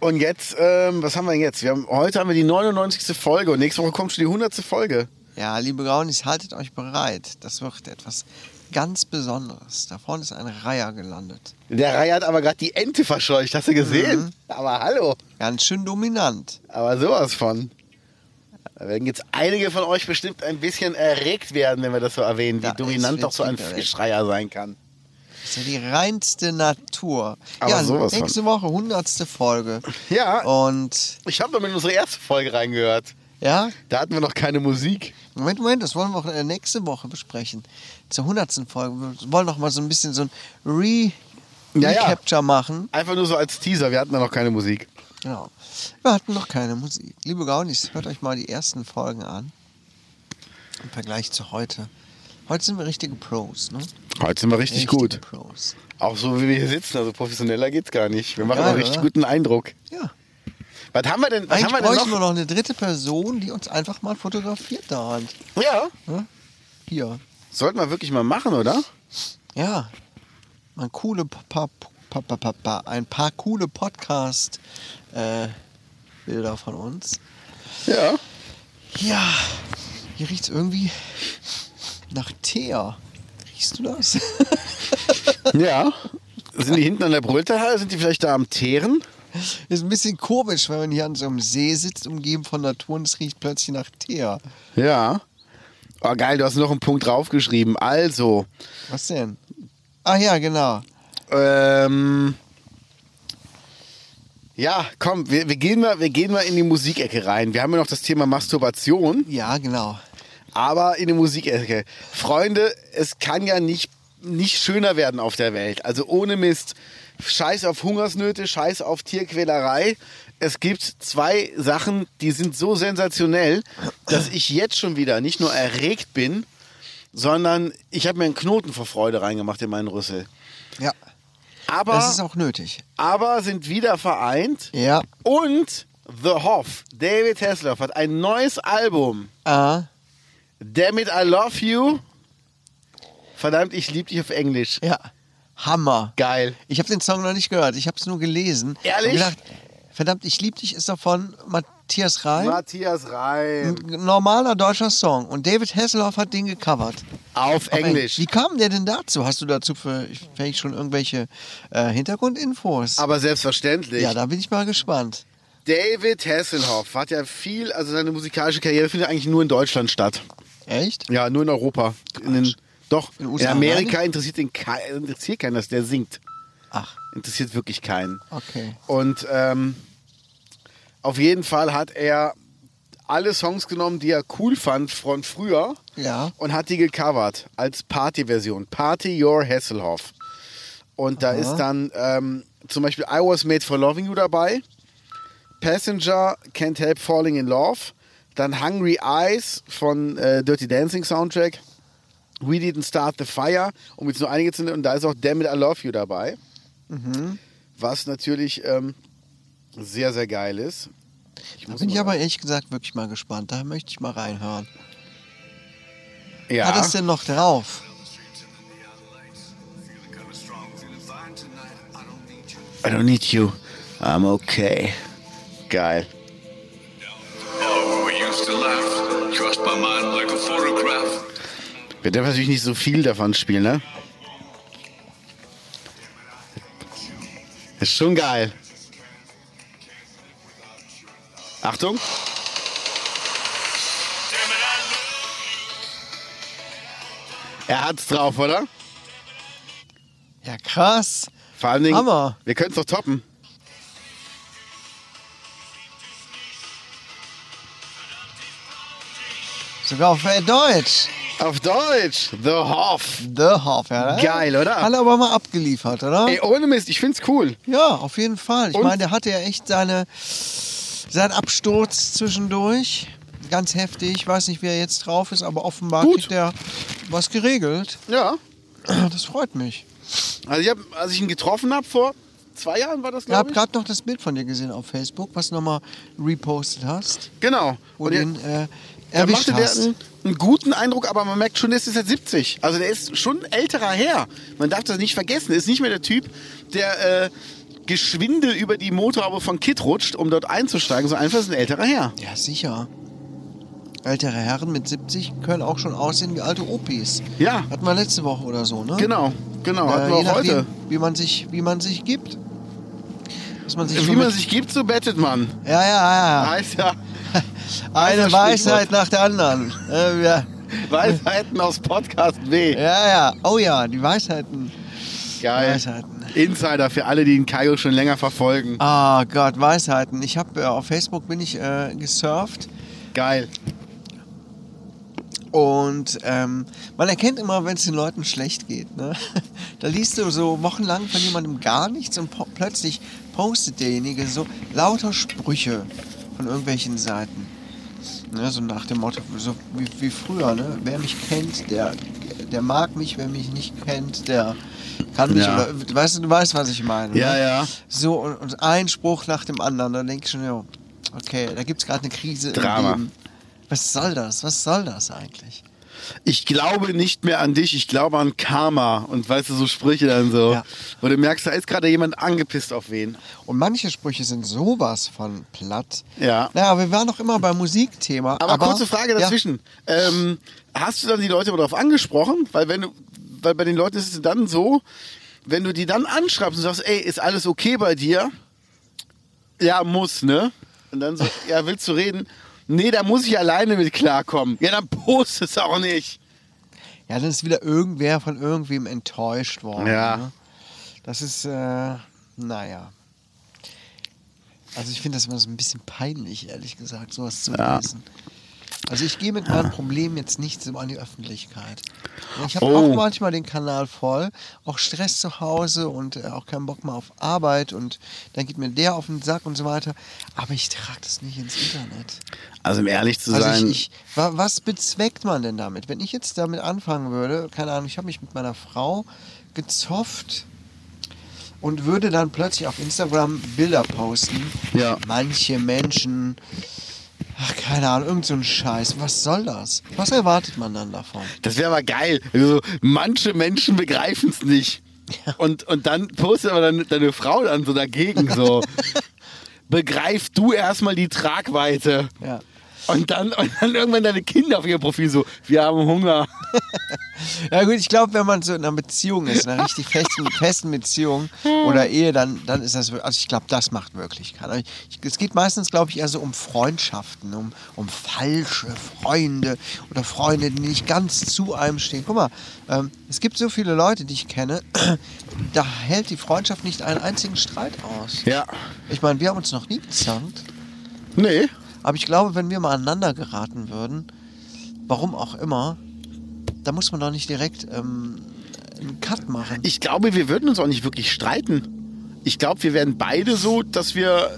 [SPEAKER 1] Und jetzt, ähm, was haben wir denn jetzt? Wir haben, heute haben wir die 99. Folge und nächste Woche kommt schon die 100. Folge.
[SPEAKER 2] Ja, liebe Graunis, haltet euch bereit. Das wird etwas ganz Besonderes. Da vorne ist ein Reiher gelandet.
[SPEAKER 1] Der Reihe hat aber gerade die Ente verscheucht, hast du gesehen? Aber hallo,
[SPEAKER 2] Ganz schön dominant.
[SPEAKER 1] aber sowas von. Da werden jetzt einige von euch bestimmt ein bisschen erregt werden, wenn wir das so erwähnen, wie
[SPEAKER 2] Ja,
[SPEAKER 1] dominant
[SPEAKER 2] es wird
[SPEAKER 1] doch so ein
[SPEAKER 2] wieder, ey.
[SPEAKER 1] Fischreier sein kann.
[SPEAKER 2] Das ist ja die reinste Natur.
[SPEAKER 1] Aber
[SPEAKER 2] ja,
[SPEAKER 1] sowas von.
[SPEAKER 2] nächste Woche, hundertste Folge.
[SPEAKER 1] Ja.
[SPEAKER 2] Oh. Und,
[SPEAKER 1] Ich habe damit in unsere erste Folge reingehört.
[SPEAKER 2] ja,
[SPEAKER 1] Da hatten wir noch keine Musik.
[SPEAKER 2] Moment, Moment, das wollen wir auch äh, nächste Woche besprechen. Zur 100. Folge. Wir wollen noch mal so ein bisschen so ein Re
[SPEAKER 1] Ja, ja.
[SPEAKER 2] Recapture machen.
[SPEAKER 1] Einfach nur so als Teaser, wir hatten da noch keine Musik.
[SPEAKER 2] Genau. Wir hatten noch keine Musik. Liebe Gaunis, hört euch mal die ersten Folgen an. Im Vergleich zu heute. Heute sind wir richtige Pros, ne?
[SPEAKER 1] Heute sind wir richtig
[SPEAKER 2] richtige
[SPEAKER 1] gut.
[SPEAKER 2] Pros.
[SPEAKER 1] Auch so wie wir hier sitzen, also professioneller geht's gar nicht. Wir machen
[SPEAKER 2] Geil,
[SPEAKER 1] einen richtig
[SPEAKER 2] oder?
[SPEAKER 1] guten Eindruck.
[SPEAKER 2] Ja.
[SPEAKER 1] Was haben wir denn, was
[SPEAKER 2] Eigentlich
[SPEAKER 1] haben wir denn noch?
[SPEAKER 2] bräuchten wir noch eine dritte Person, die uns einfach mal fotografiert da hat.
[SPEAKER 1] Ja.
[SPEAKER 2] Hier.
[SPEAKER 1] Sollten wir wirklich mal machen, oder?
[SPEAKER 2] Ja. Ein, coole, pa pa pa pa pa pa ein paar coole Podcast-Bilder von uns.
[SPEAKER 1] Ja.
[SPEAKER 2] Ja, hier riecht es irgendwie nach Teer. Riechst du das?
[SPEAKER 1] Ja. Sind die hinten an der Brüllterhalle? Sind die vielleicht da am Teeren?
[SPEAKER 2] Ist ein bisschen komisch, wenn man hier an so einem See sitzt, umgeben von Natur und es riecht plötzlich nach Teer.
[SPEAKER 1] Ja. Oh, geil, du hast noch einen Punkt draufgeschrieben. Also,
[SPEAKER 2] Was denn? Ah ja, genau.
[SPEAKER 1] ähm. Ja, komm, wir, wir, gehen mal, wir gehen mal in die Musikecke rein. Wir haben ja noch das Thema Masturbation.
[SPEAKER 2] Ja, genau.
[SPEAKER 1] aber in der Musikecke. Freunde, es kann ja nicht, nicht schöner werden auf der Welt. Also ohne Mist. Scheiß auf Hungersnöte, scheiß auf Tierquälerei. Es gibt zwei Sachen, die sind so sensationell, dass ich jetzt schon wieder nicht nur erregt bin, sondern ich habe mir einen Knoten vor Freude reingemacht in meinen Rüssel.
[SPEAKER 2] Ja,
[SPEAKER 1] Aber
[SPEAKER 2] das ist auch nötig.
[SPEAKER 1] aber sind wieder vereint.
[SPEAKER 2] Ja.
[SPEAKER 1] Und The Hoff, David Hasselhoff, hat ein neues Album.
[SPEAKER 2] Ah,
[SPEAKER 1] Damn it, I love you. Verdammt, ich lieb dich auf Englisch.
[SPEAKER 2] ja. Hammer.
[SPEAKER 1] Geil.
[SPEAKER 2] Ich habe den Song noch nicht gehört, ich habe es nur gelesen.
[SPEAKER 1] Ehrlich?
[SPEAKER 2] Und gedacht, verdammt, ich lieb dich ist davon Matthias Reim.
[SPEAKER 1] Matthias Reim.
[SPEAKER 2] Ein normaler deutscher Song. Und David Hasselhoff hat den gecovert.
[SPEAKER 1] Auf
[SPEAKER 2] Auf
[SPEAKER 1] Englisch.
[SPEAKER 2] Wie kam der denn dazu? Hast du dazu für, vielleicht schon irgendwelche äh, Hintergrundinfos?
[SPEAKER 1] Aber selbstverständlich.
[SPEAKER 2] ja, da bin ich mal gespannt.
[SPEAKER 1] David Hasselhoff hat ja viel, also seine musikalische Karriere findet eigentlich nur in Deutschland statt.
[SPEAKER 2] Echt?
[SPEAKER 1] Ja, nur in Europa. In den, doch, in,
[SPEAKER 2] In den USA
[SPEAKER 1] Amerika
[SPEAKER 2] alleine?
[SPEAKER 1] interessiert, den, kei- interessiert keinen, dass der singt.
[SPEAKER 2] Ach,
[SPEAKER 1] Interessiert wirklich keinen.
[SPEAKER 2] okay.
[SPEAKER 1] Und ähm, auf jeden Fall hat er alle Songs genommen, die er cool fand von früher
[SPEAKER 2] Ja.
[SPEAKER 1] und hat die gecovert als Party-Version. Party Your Hasselhoff. Und da ist dann ähm, zum Beispiel I Was Made for Loving You dabei, Passenger Can't Help Falling in Love, dann Hungry Eyes von äh, Dirty Dancing Soundtrack, We Didn't Start the Fire, um jetzt nur einige zu nennen, und da ist auch Damn It I Love You dabei.
[SPEAKER 2] Mhm.
[SPEAKER 1] Was natürlich ähm, sehr, sehr geil ist. Ich
[SPEAKER 2] Da
[SPEAKER 1] muss
[SPEAKER 2] bin ich
[SPEAKER 1] mal-
[SPEAKER 2] aber ehrlich gesagt wirklich mal gespannt. Da möchte ich mal reinhören.
[SPEAKER 1] ja.
[SPEAKER 2] Hat es denn noch drauf?
[SPEAKER 1] I don't need you. I'm okay. Geil.
[SPEAKER 3] Oh, we used to laugh, crossed my mind like a photograph.
[SPEAKER 1] Wir dürfen natürlich nicht so viel davon spielen, ne? Ist schon geil. Achtung. Er hat's drauf, oder?
[SPEAKER 2] Ja, krass.
[SPEAKER 1] Vor allen Dingen,
[SPEAKER 2] Hammer.
[SPEAKER 1] wir können es doch toppen.
[SPEAKER 2] Sogar auf äh, Deutsch.
[SPEAKER 1] Auf Deutsch, The Hoff.
[SPEAKER 2] The Hoff, ja. ne?
[SPEAKER 1] Geil, oder?
[SPEAKER 2] Hat er aber mal abgeliefert, oder?
[SPEAKER 1] Ey, ohne Mist, ich find's cool.
[SPEAKER 2] Ja, auf jeden Fall. Ich
[SPEAKER 1] Und-
[SPEAKER 2] meine, der hatte ja echt seine, seinen Absturz zwischendurch. Ganz heftig. Ich weiß nicht, wie er jetzt drauf ist, aber offenbar
[SPEAKER 1] Gut.
[SPEAKER 2] kriegt er was geregelt.
[SPEAKER 1] Ja.
[SPEAKER 2] Das freut mich.
[SPEAKER 1] Also ich hab, als ich ihn getroffen habe vor zwei Jahren war das,
[SPEAKER 2] Ich
[SPEAKER 1] glaube
[SPEAKER 2] habe
[SPEAKER 1] ich.
[SPEAKER 2] gerade noch das Bild von dir gesehen auf Facebook, was du nochmal repostet hast.
[SPEAKER 1] Genau.
[SPEAKER 2] Und
[SPEAKER 1] Und er,
[SPEAKER 2] ihn äh,
[SPEAKER 1] er
[SPEAKER 2] erwischt
[SPEAKER 1] machte der
[SPEAKER 2] hast.
[SPEAKER 1] einen, einen guten Eindruck, aber man merkt schon, der ist jetzt 70. Also der ist schon ein älterer Herr. Man darf das nicht vergessen. Er ist nicht mehr der Typ, der äh, geschwinde über die Motorhaube von Kit rutscht, um dort einzusteigen. So einfach ist ein älterer Herr.
[SPEAKER 2] Ja, sicher. Ältere Herren mit 70 können auch schon aussehen wie alte Opis.
[SPEAKER 1] Ja.
[SPEAKER 2] Hatten wir letzte Woche oder so, ne?
[SPEAKER 1] Genau, genau. Hatten wir
[SPEAKER 2] je
[SPEAKER 1] auch
[SPEAKER 2] nachdem,
[SPEAKER 1] heute.
[SPEAKER 2] Wie man sich, wie man sich gibt. Dass man sich
[SPEAKER 1] Wie
[SPEAKER 2] schon
[SPEAKER 1] man
[SPEAKER 2] mit- Ah.
[SPEAKER 1] sich gibt, so bettet man.
[SPEAKER 2] ja, ja, ja.
[SPEAKER 1] Heißt ja,
[SPEAKER 2] Eine
[SPEAKER 1] das
[SPEAKER 2] Weisheit nach der anderen. Äh, ja.
[SPEAKER 1] Weisheiten aus Podcast W.
[SPEAKER 2] ja, ja. Oh ja, die Weisheiten.
[SPEAKER 1] Geil.
[SPEAKER 2] Weisheiten.
[SPEAKER 1] Insider für alle, die den Kaio schon länger verfolgen.
[SPEAKER 2] Ah Gott, Weisheiten. Ich habe äh, auf Facebook bin ich äh, gesurft
[SPEAKER 1] Geil.
[SPEAKER 2] Und ähm, man erkennt immer, wenn es den Leuten schlecht geht. Ne? Da liest du so wochenlang von jemandem gar nichts und po plötzlich postet derjenige so lauter Sprüche von irgendwelchen Seiten. Ne? So nach dem Motto, so wie, wie früher, ne? wer mich kennt, der, der mag mich, wer mich nicht kennt, der kann mich.
[SPEAKER 1] Ja.
[SPEAKER 2] Oder, weißt du, du weißt, was ich meine.
[SPEAKER 1] Ja,
[SPEAKER 2] ne?
[SPEAKER 1] ja.
[SPEAKER 2] So, und, und ein Spruch nach dem anderen. Dann denke ich schon, ja, okay, da gibt es gerade eine Krise.
[SPEAKER 1] Drama.
[SPEAKER 2] Im Leben. Was soll das? Was soll das eigentlich?
[SPEAKER 1] Ich glaube nicht mehr an dich, ich glaube an Karma. Und weißt du, so Sprüche dann so.
[SPEAKER 2] Ja.
[SPEAKER 1] Wo du merkst, da ist gerade jemand angepisst auf wen.
[SPEAKER 2] Und manche Sprüche sind sowas von platt.
[SPEAKER 1] Ja.
[SPEAKER 2] Naja, wir waren noch immer beim Musikthema.
[SPEAKER 1] Aber, kurze Frage
[SPEAKER 2] ja,
[SPEAKER 1] dazwischen. Ähm, hast du dann die Leute mal darauf angesprochen? Weil, wenn du, weil bei den Leuten ist es dann so, wenn du die dann anschreibst und sagst, ey, ist alles okay bei dir? Ja, muss, ne? Und dann so, ja, willst du reden? Nee, da muss ich alleine mit klarkommen. Ja, dann post es auch nicht.
[SPEAKER 2] Ja, dann ist wieder irgendwer von irgendwem enttäuscht worden.
[SPEAKER 1] Ja.
[SPEAKER 2] Ne? Das ist, äh, naja. Also ich finde das immer so ein bisschen peinlich, ehrlich gesagt, sowas zu lesen. Also ich gehe mit meinem Problem jetzt nicht so an die Öffentlichkeit. Ich habe
[SPEAKER 1] Oh.
[SPEAKER 2] auch manchmal den Kanal voll, auch Stress zu Hause und äh, auch keinen Bock mehr auf Arbeit und dann geht mir der auf den Sack und so weiter. Aber ich trage das nicht ins Internet.
[SPEAKER 1] Also, um ehrlich zu
[SPEAKER 2] Also
[SPEAKER 1] sein.
[SPEAKER 2] ich, ich, wa, was bezweckt man denn damit? Wenn ich jetzt damit anfangen würde, keine Ahnung, ich habe mich mit meiner Frau gezofft und würde dann plötzlich auf Instagram Bilder posten.
[SPEAKER 1] Ja.
[SPEAKER 2] Manche Menschen, ach keine Ahnung, irgend so ein Scheiß. Was soll das? Was erwartet man dann davon?
[SPEAKER 1] Das wäre aber geil. Also, manche Menschen begreifen es nicht. Und, und dann postet aber dann deine Frau dann so dagegen so. Begreif du erstmal die Tragweite.
[SPEAKER 2] Ja.
[SPEAKER 1] Und dann, und dann irgendwann deine Kinder auf ihrem Profil so, wir haben Hunger.
[SPEAKER 2] Ja gut, ich glaube, wenn man so in einer Beziehung ist, in einer richtig festen, festen Beziehung oder Ehe, dann, dann ist das, wir- also ich glaube, das macht wirklich keiner. Ich, ich- es geht meistens, glaube ich, eher so um Freundschaften, um, um falsche Freunde oder Freunde, die nicht ganz zu einem stehen. Guck mal, ähm, es gibt so viele Leute, die ich kenne, da hält die Freundschaft nicht einen einzigen Streit aus.
[SPEAKER 1] Ja.
[SPEAKER 2] Ich meine, wir haben uns noch nie gezankt,
[SPEAKER 1] Nee.
[SPEAKER 2] aber ich glaube, wenn wir mal aneinander geraten würden, warum auch immer, da muss man doch nicht direkt ähm, einen Cut machen.
[SPEAKER 1] Ich glaube, wir würden uns auch nicht wirklich streiten. Ich glaube, wir wären beide so, dass wir,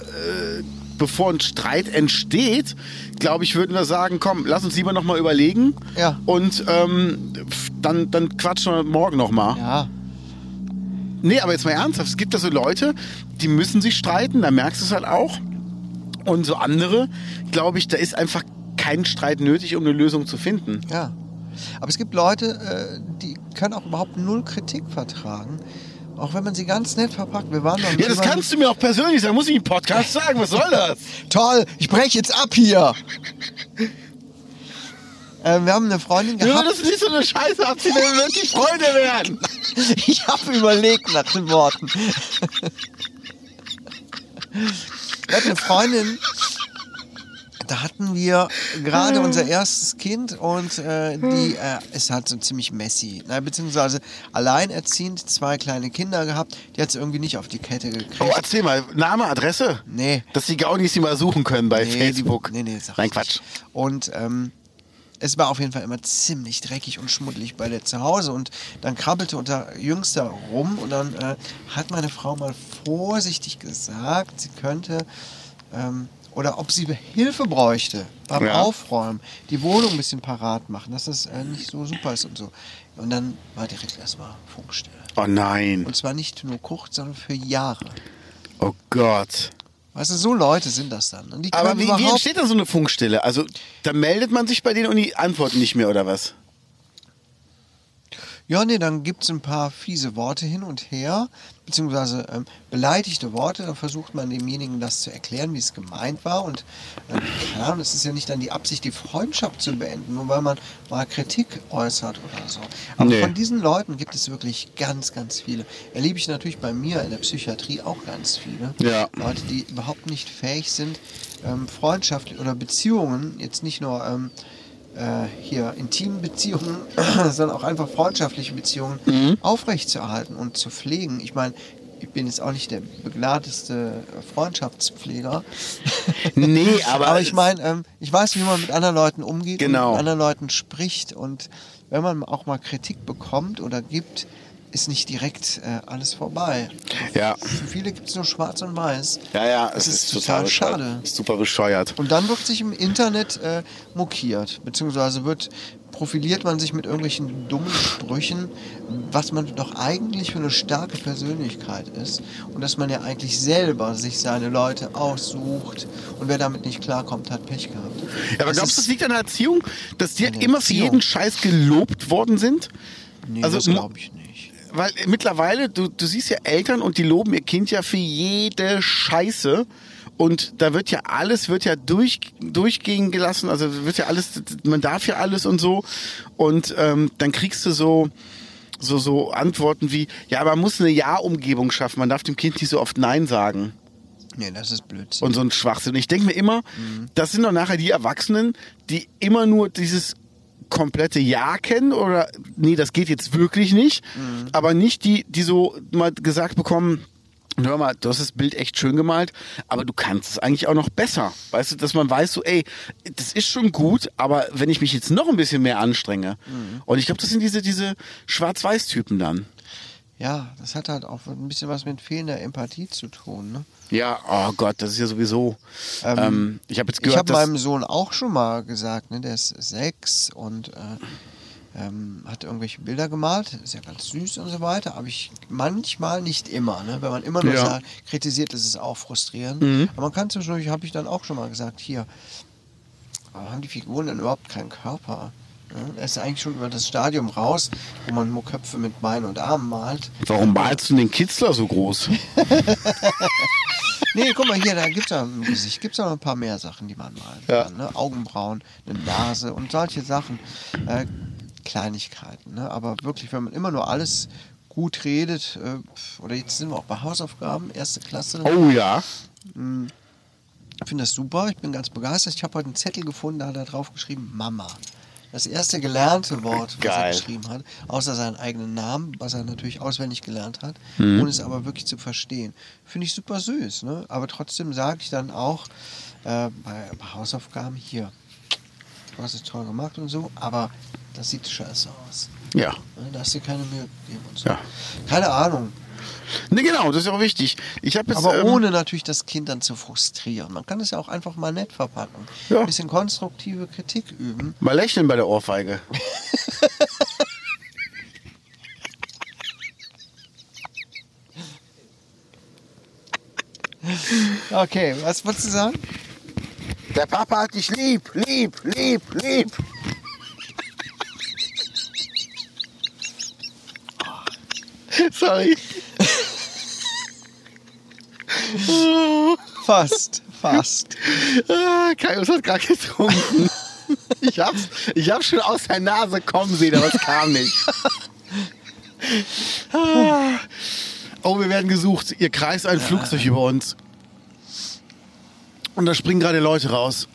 [SPEAKER 1] äh, bevor ein Streit entsteht, glaube ich, würden wir sagen, komm, lass uns lieber nochmal überlegen.
[SPEAKER 2] Ja.
[SPEAKER 1] Und ähm, pf, dann, dann quatschen wir morgen nochmal.
[SPEAKER 2] ja,
[SPEAKER 1] Nee, aber jetzt mal ernsthaft, es gibt da so Leute, die müssen sich streiten, da merkst du es halt auch. Und so andere, glaube ich, da ist einfach kein Streit nötig, um eine Lösung zu finden.
[SPEAKER 2] ja. Aber es gibt Leute, äh, die können auch überhaupt null Kritik vertragen. Auch wenn man sie ganz nett verpackt. Wir waren beim
[SPEAKER 1] Ja, das
[SPEAKER 2] Thema-
[SPEAKER 1] kannst du mir auch persönlich sagen, muss ich im Podcast sagen, was soll das?
[SPEAKER 2] Toll, ich breche jetzt ab hier. äh, wir haben eine Freundin
[SPEAKER 1] Wir würden
[SPEAKER 2] gehabt.
[SPEAKER 1] das nicht so eine Scheiße abziehen, wenn wir wirklich Freunde wären.
[SPEAKER 2] ich habe überlegt nach den Worten. Wir hatten eine Freundin, da hatten wir gerade unser erstes Kind und äh, die äh, ist halt so ziemlich messy. Na, beziehungsweise alleinerziehend, zwei kleine Kinder gehabt, die hat es irgendwie nicht auf die Kette
[SPEAKER 1] Oh,
[SPEAKER 2] gekriegt.
[SPEAKER 1] erzähl mal, Name, Adresse?
[SPEAKER 2] Nee.
[SPEAKER 1] Dass die Gaunis sie mal suchen können bei
[SPEAKER 2] Nee,
[SPEAKER 1] Facebook.
[SPEAKER 2] Die, nee, nee, sag
[SPEAKER 1] Nein,
[SPEAKER 2] ich
[SPEAKER 1] Quatsch.
[SPEAKER 2] nicht. Und ähm, es war auf jeden Fall immer ziemlich dreckig und schmuddelig bei der zu Hause. Und dann krabbelte unser Jüngster rum und dann äh, hat meine Frau mal vorsichtig gesagt, sie könnte ähm, oder ob sie Hilfe bräuchte beim
[SPEAKER 1] Ja.
[SPEAKER 2] Aufräumen, die Wohnung ein bisschen parat machen, dass das äh, nicht so super ist und so. Und dann war direkt erstmal Funkstille.
[SPEAKER 1] Oh nein.
[SPEAKER 2] Und zwar nicht nur kurz, sondern für Jahre.
[SPEAKER 1] Oh Gott.
[SPEAKER 2] Weißt du, so Leute sind das dann. Und die
[SPEAKER 1] Aber
[SPEAKER 2] können
[SPEAKER 1] wie, wie
[SPEAKER 2] überhaupt
[SPEAKER 1] entsteht da so eine Funkstille? Also, da meldet man sich bei denen und die antworten nicht mehr, oder was?
[SPEAKER 2] Ja, nee, dann gibt es ein paar fiese Worte hin und her, beziehungsweise ähm, beleidigte Worte. Dann versucht man demjenigen das zu erklären, wie es gemeint war. Und ähm, klar, und es ist ja nicht dann die Absicht, die Freundschaft zu beenden, nur weil man mal Kritik äußert oder so. Aber
[SPEAKER 1] Nee.
[SPEAKER 2] von diesen Leuten gibt es wirklich ganz, ganz viele. Erlebe ich natürlich bei mir in der Psychiatrie auch ganz viele.
[SPEAKER 1] Ja.
[SPEAKER 2] Leute, die überhaupt nicht fähig sind, ähm, Freundschaft oder Beziehungen, jetzt nicht nur ähm, äh, hier intimen Beziehungen, sondern auch einfach freundschaftliche Beziehungen
[SPEAKER 1] Mhm.
[SPEAKER 2] aufrechtzuerhalten und zu pflegen. Ich meine, ich bin jetzt auch nicht der begnadeste Freundschaftspfleger.
[SPEAKER 1] Nee, aber-
[SPEAKER 2] aber ich meine, ähm, ich weiß, wie man mit anderen Leuten umgeht
[SPEAKER 1] Genau.
[SPEAKER 2] und mit anderen Leuten spricht. Und wenn man auch mal Kritik bekommt oder gibt, ist nicht direkt äh, alles vorbei.
[SPEAKER 1] Ja.
[SPEAKER 2] Für viele gibt es nur schwarz und weiß.
[SPEAKER 1] Ja, ja,
[SPEAKER 2] Das ist total
[SPEAKER 1] bescheuert.
[SPEAKER 2] schade.
[SPEAKER 1] Ist super bescheuert.
[SPEAKER 2] Und dann wird sich im Internet äh, mokiert, beziehungsweise wird profiliert man sich mit irgendwelchen dummen Sprüchen, was man doch eigentlich für eine starke Persönlichkeit ist und dass man ja eigentlich selber sich seine Leute aussucht und wer damit nicht klarkommt, hat Pech gehabt.
[SPEAKER 1] Ja, aber glaubst du, das liegt an der Erziehung, dass die
[SPEAKER 2] An der
[SPEAKER 1] immer für
[SPEAKER 2] Erziehung.
[SPEAKER 1] jeden Scheiß gelobt worden sind?
[SPEAKER 2] Nee,
[SPEAKER 1] also,
[SPEAKER 2] das
[SPEAKER 1] m-
[SPEAKER 2] glaube ich nicht.
[SPEAKER 1] Weil äh, mittlerweile, du, du siehst ja Eltern und die loben ihr Kind ja für jede Scheiße. Und da wird ja alles, wird ja durch, durchgehen gelassen. Also wird ja alles, man darf ja alles und so. Und ähm, dann kriegst du so, so, so Antworten wie, ja, man muss eine Ja-Umgebung schaffen. Man darf dem Kind nicht so oft Nein sagen
[SPEAKER 2] Nee, das ist Blödsinn.
[SPEAKER 1] und so ein Schwachsinn. Ich denke mir immer,
[SPEAKER 2] Mhm.
[SPEAKER 1] das sind doch nachher die Erwachsenen, die immer nur dieses komplette Ja kennen oder nee, das geht jetzt wirklich nicht,
[SPEAKER 2] Mhm.
[SPEAKER 1] aber nicht die, die so mal gesagt bekommen, hör mal, du hast das Bild echt schön gemalt, aber du kannst es eigentlich auch noch besser. Weißt du, dass man weiß so, ey, das ist schon gut, aber wenn ich mich jetzt noch ein bisschen mehr anstrenge.
[SPEAKER 2] Mhm.
[SPEAKER 1] Und ich glaube, das sind diese, diese Schwarz-Weiß-Typen dann.
[SPEAKER 2] ja, das hat halt auch ein bisschen was mit fehlender Empathie zu tun. Ne?
[SPEAKER 1] Ja, oh Gott, das ist ja sowieso.
[SPEAKER 2] Ähm,
[SPEAKER 1] ähm, ich habe jetzt gehört,
[SPEAKER 2] ich habe
[SPEAKER 1] dass...
[SPEAKER 2] meinem Sohn auch schon mal gesagt, ne, der ist sechs und äh, ähm, hat irgendwelche Bilder gemalt, ist ja ganz süß und so weiter, aber ich manchmal nicht immer, ne? wenn man immer nur
[SPEAKER 1] Ja. Mhm.
[SPEAKER 2] sagt, kritisiert, ist es auch frustrierend. Aber man kann zwischendurch, habe ich dann auch schon mal gesagt, hier, aber haben die Figuren dann überhaupt keinen Körper? Ne? Er ist eigentlich schon über das Stadium raus, wo man nur Köpfe mit Beinen und Armen malt.
[SPEAKER 1] Warum malst du den Kitzler so groß?
[SPEAKER 2] Nee, guck mal hier, da gibt's ja im Gesicht gibt's ja noch ein paar mehr Sachen, die man malen
[SPEAKER 1] Ja.
[SPEAKER 2] kann. Ne? Augenbrauen, eine Nase und solche Sachen. Äh, Kleinigkeiten. Ne? Aber wirklich, wenn man immer nur alles gut redet, äh, pf, oder jetzt sind wir auch bei Hausaufgaben, erste Klasse.
[SPEAKER 1] Oh ja.
[SPEAKER 2] Ich finde das super, ich bin ganz begeistert. Ich habe heute einen Zettel gefunden, da hat er drauf geschrieben, Mama. Das erste gelernte Wort, was
[SPEAKER 1] Geil.
[SPEAKER 2] er geschrieben hat, außer seinen eigenen Namen, was er natürlich auswendig gelernt hat,
[SPEAKER 1] Mhm.
[SPEAKER 2] ohne es aber wirklich zu verstehen. Finde ich super süß, ne? Aber trotzdem sage ich dann auch äh, bei, bei Hausaufgaben hier, du hast es toll gemacht und so, aber das sieht scheiße aus.
[SPEAKER 1] Ja.
[SPEAKER 2] Ne? Da hast du keine Mühe gegeben und so.
[SPEAKER 1] Ja.
[SPEAKER 2] Keine Ahnung.
[SPEAKER 1] Ne, genau, das ist auch wichtig. Ich habe jetzt.
[SPEAKER 2] Aber
[SPEAKER 1] ähm,
[SPEAKER 2] ohne natürlich das Kind dann zu frustrieren. Man kann es ja auch einfach mal nett verpacken.
[SPEAKER 1] Ja.
[SPEAKER 2] Ein bisschen konstruktive Kritik üben.
[SPEAKER 1] Mal lächeln bei der Ohrfeige.
[SPEAKER 2] Okay, was wolltest du sagen?
[SPEAKER 1] Der Papa hat dich lieb, lieb, lieb, lieb. Sorry.
[SPEAKER 2] Fast, fast.
[SPEAKER 1] Ah, Kaius hat gerade getrunken. Ich hab's, ich hab's schon aus der Nase kommen sehen, aber es kam nicht. Ah. Oh, wir werden gesucht. Ihr kreist ein Flugzeug über uns. Und da springen gerade Leute raus.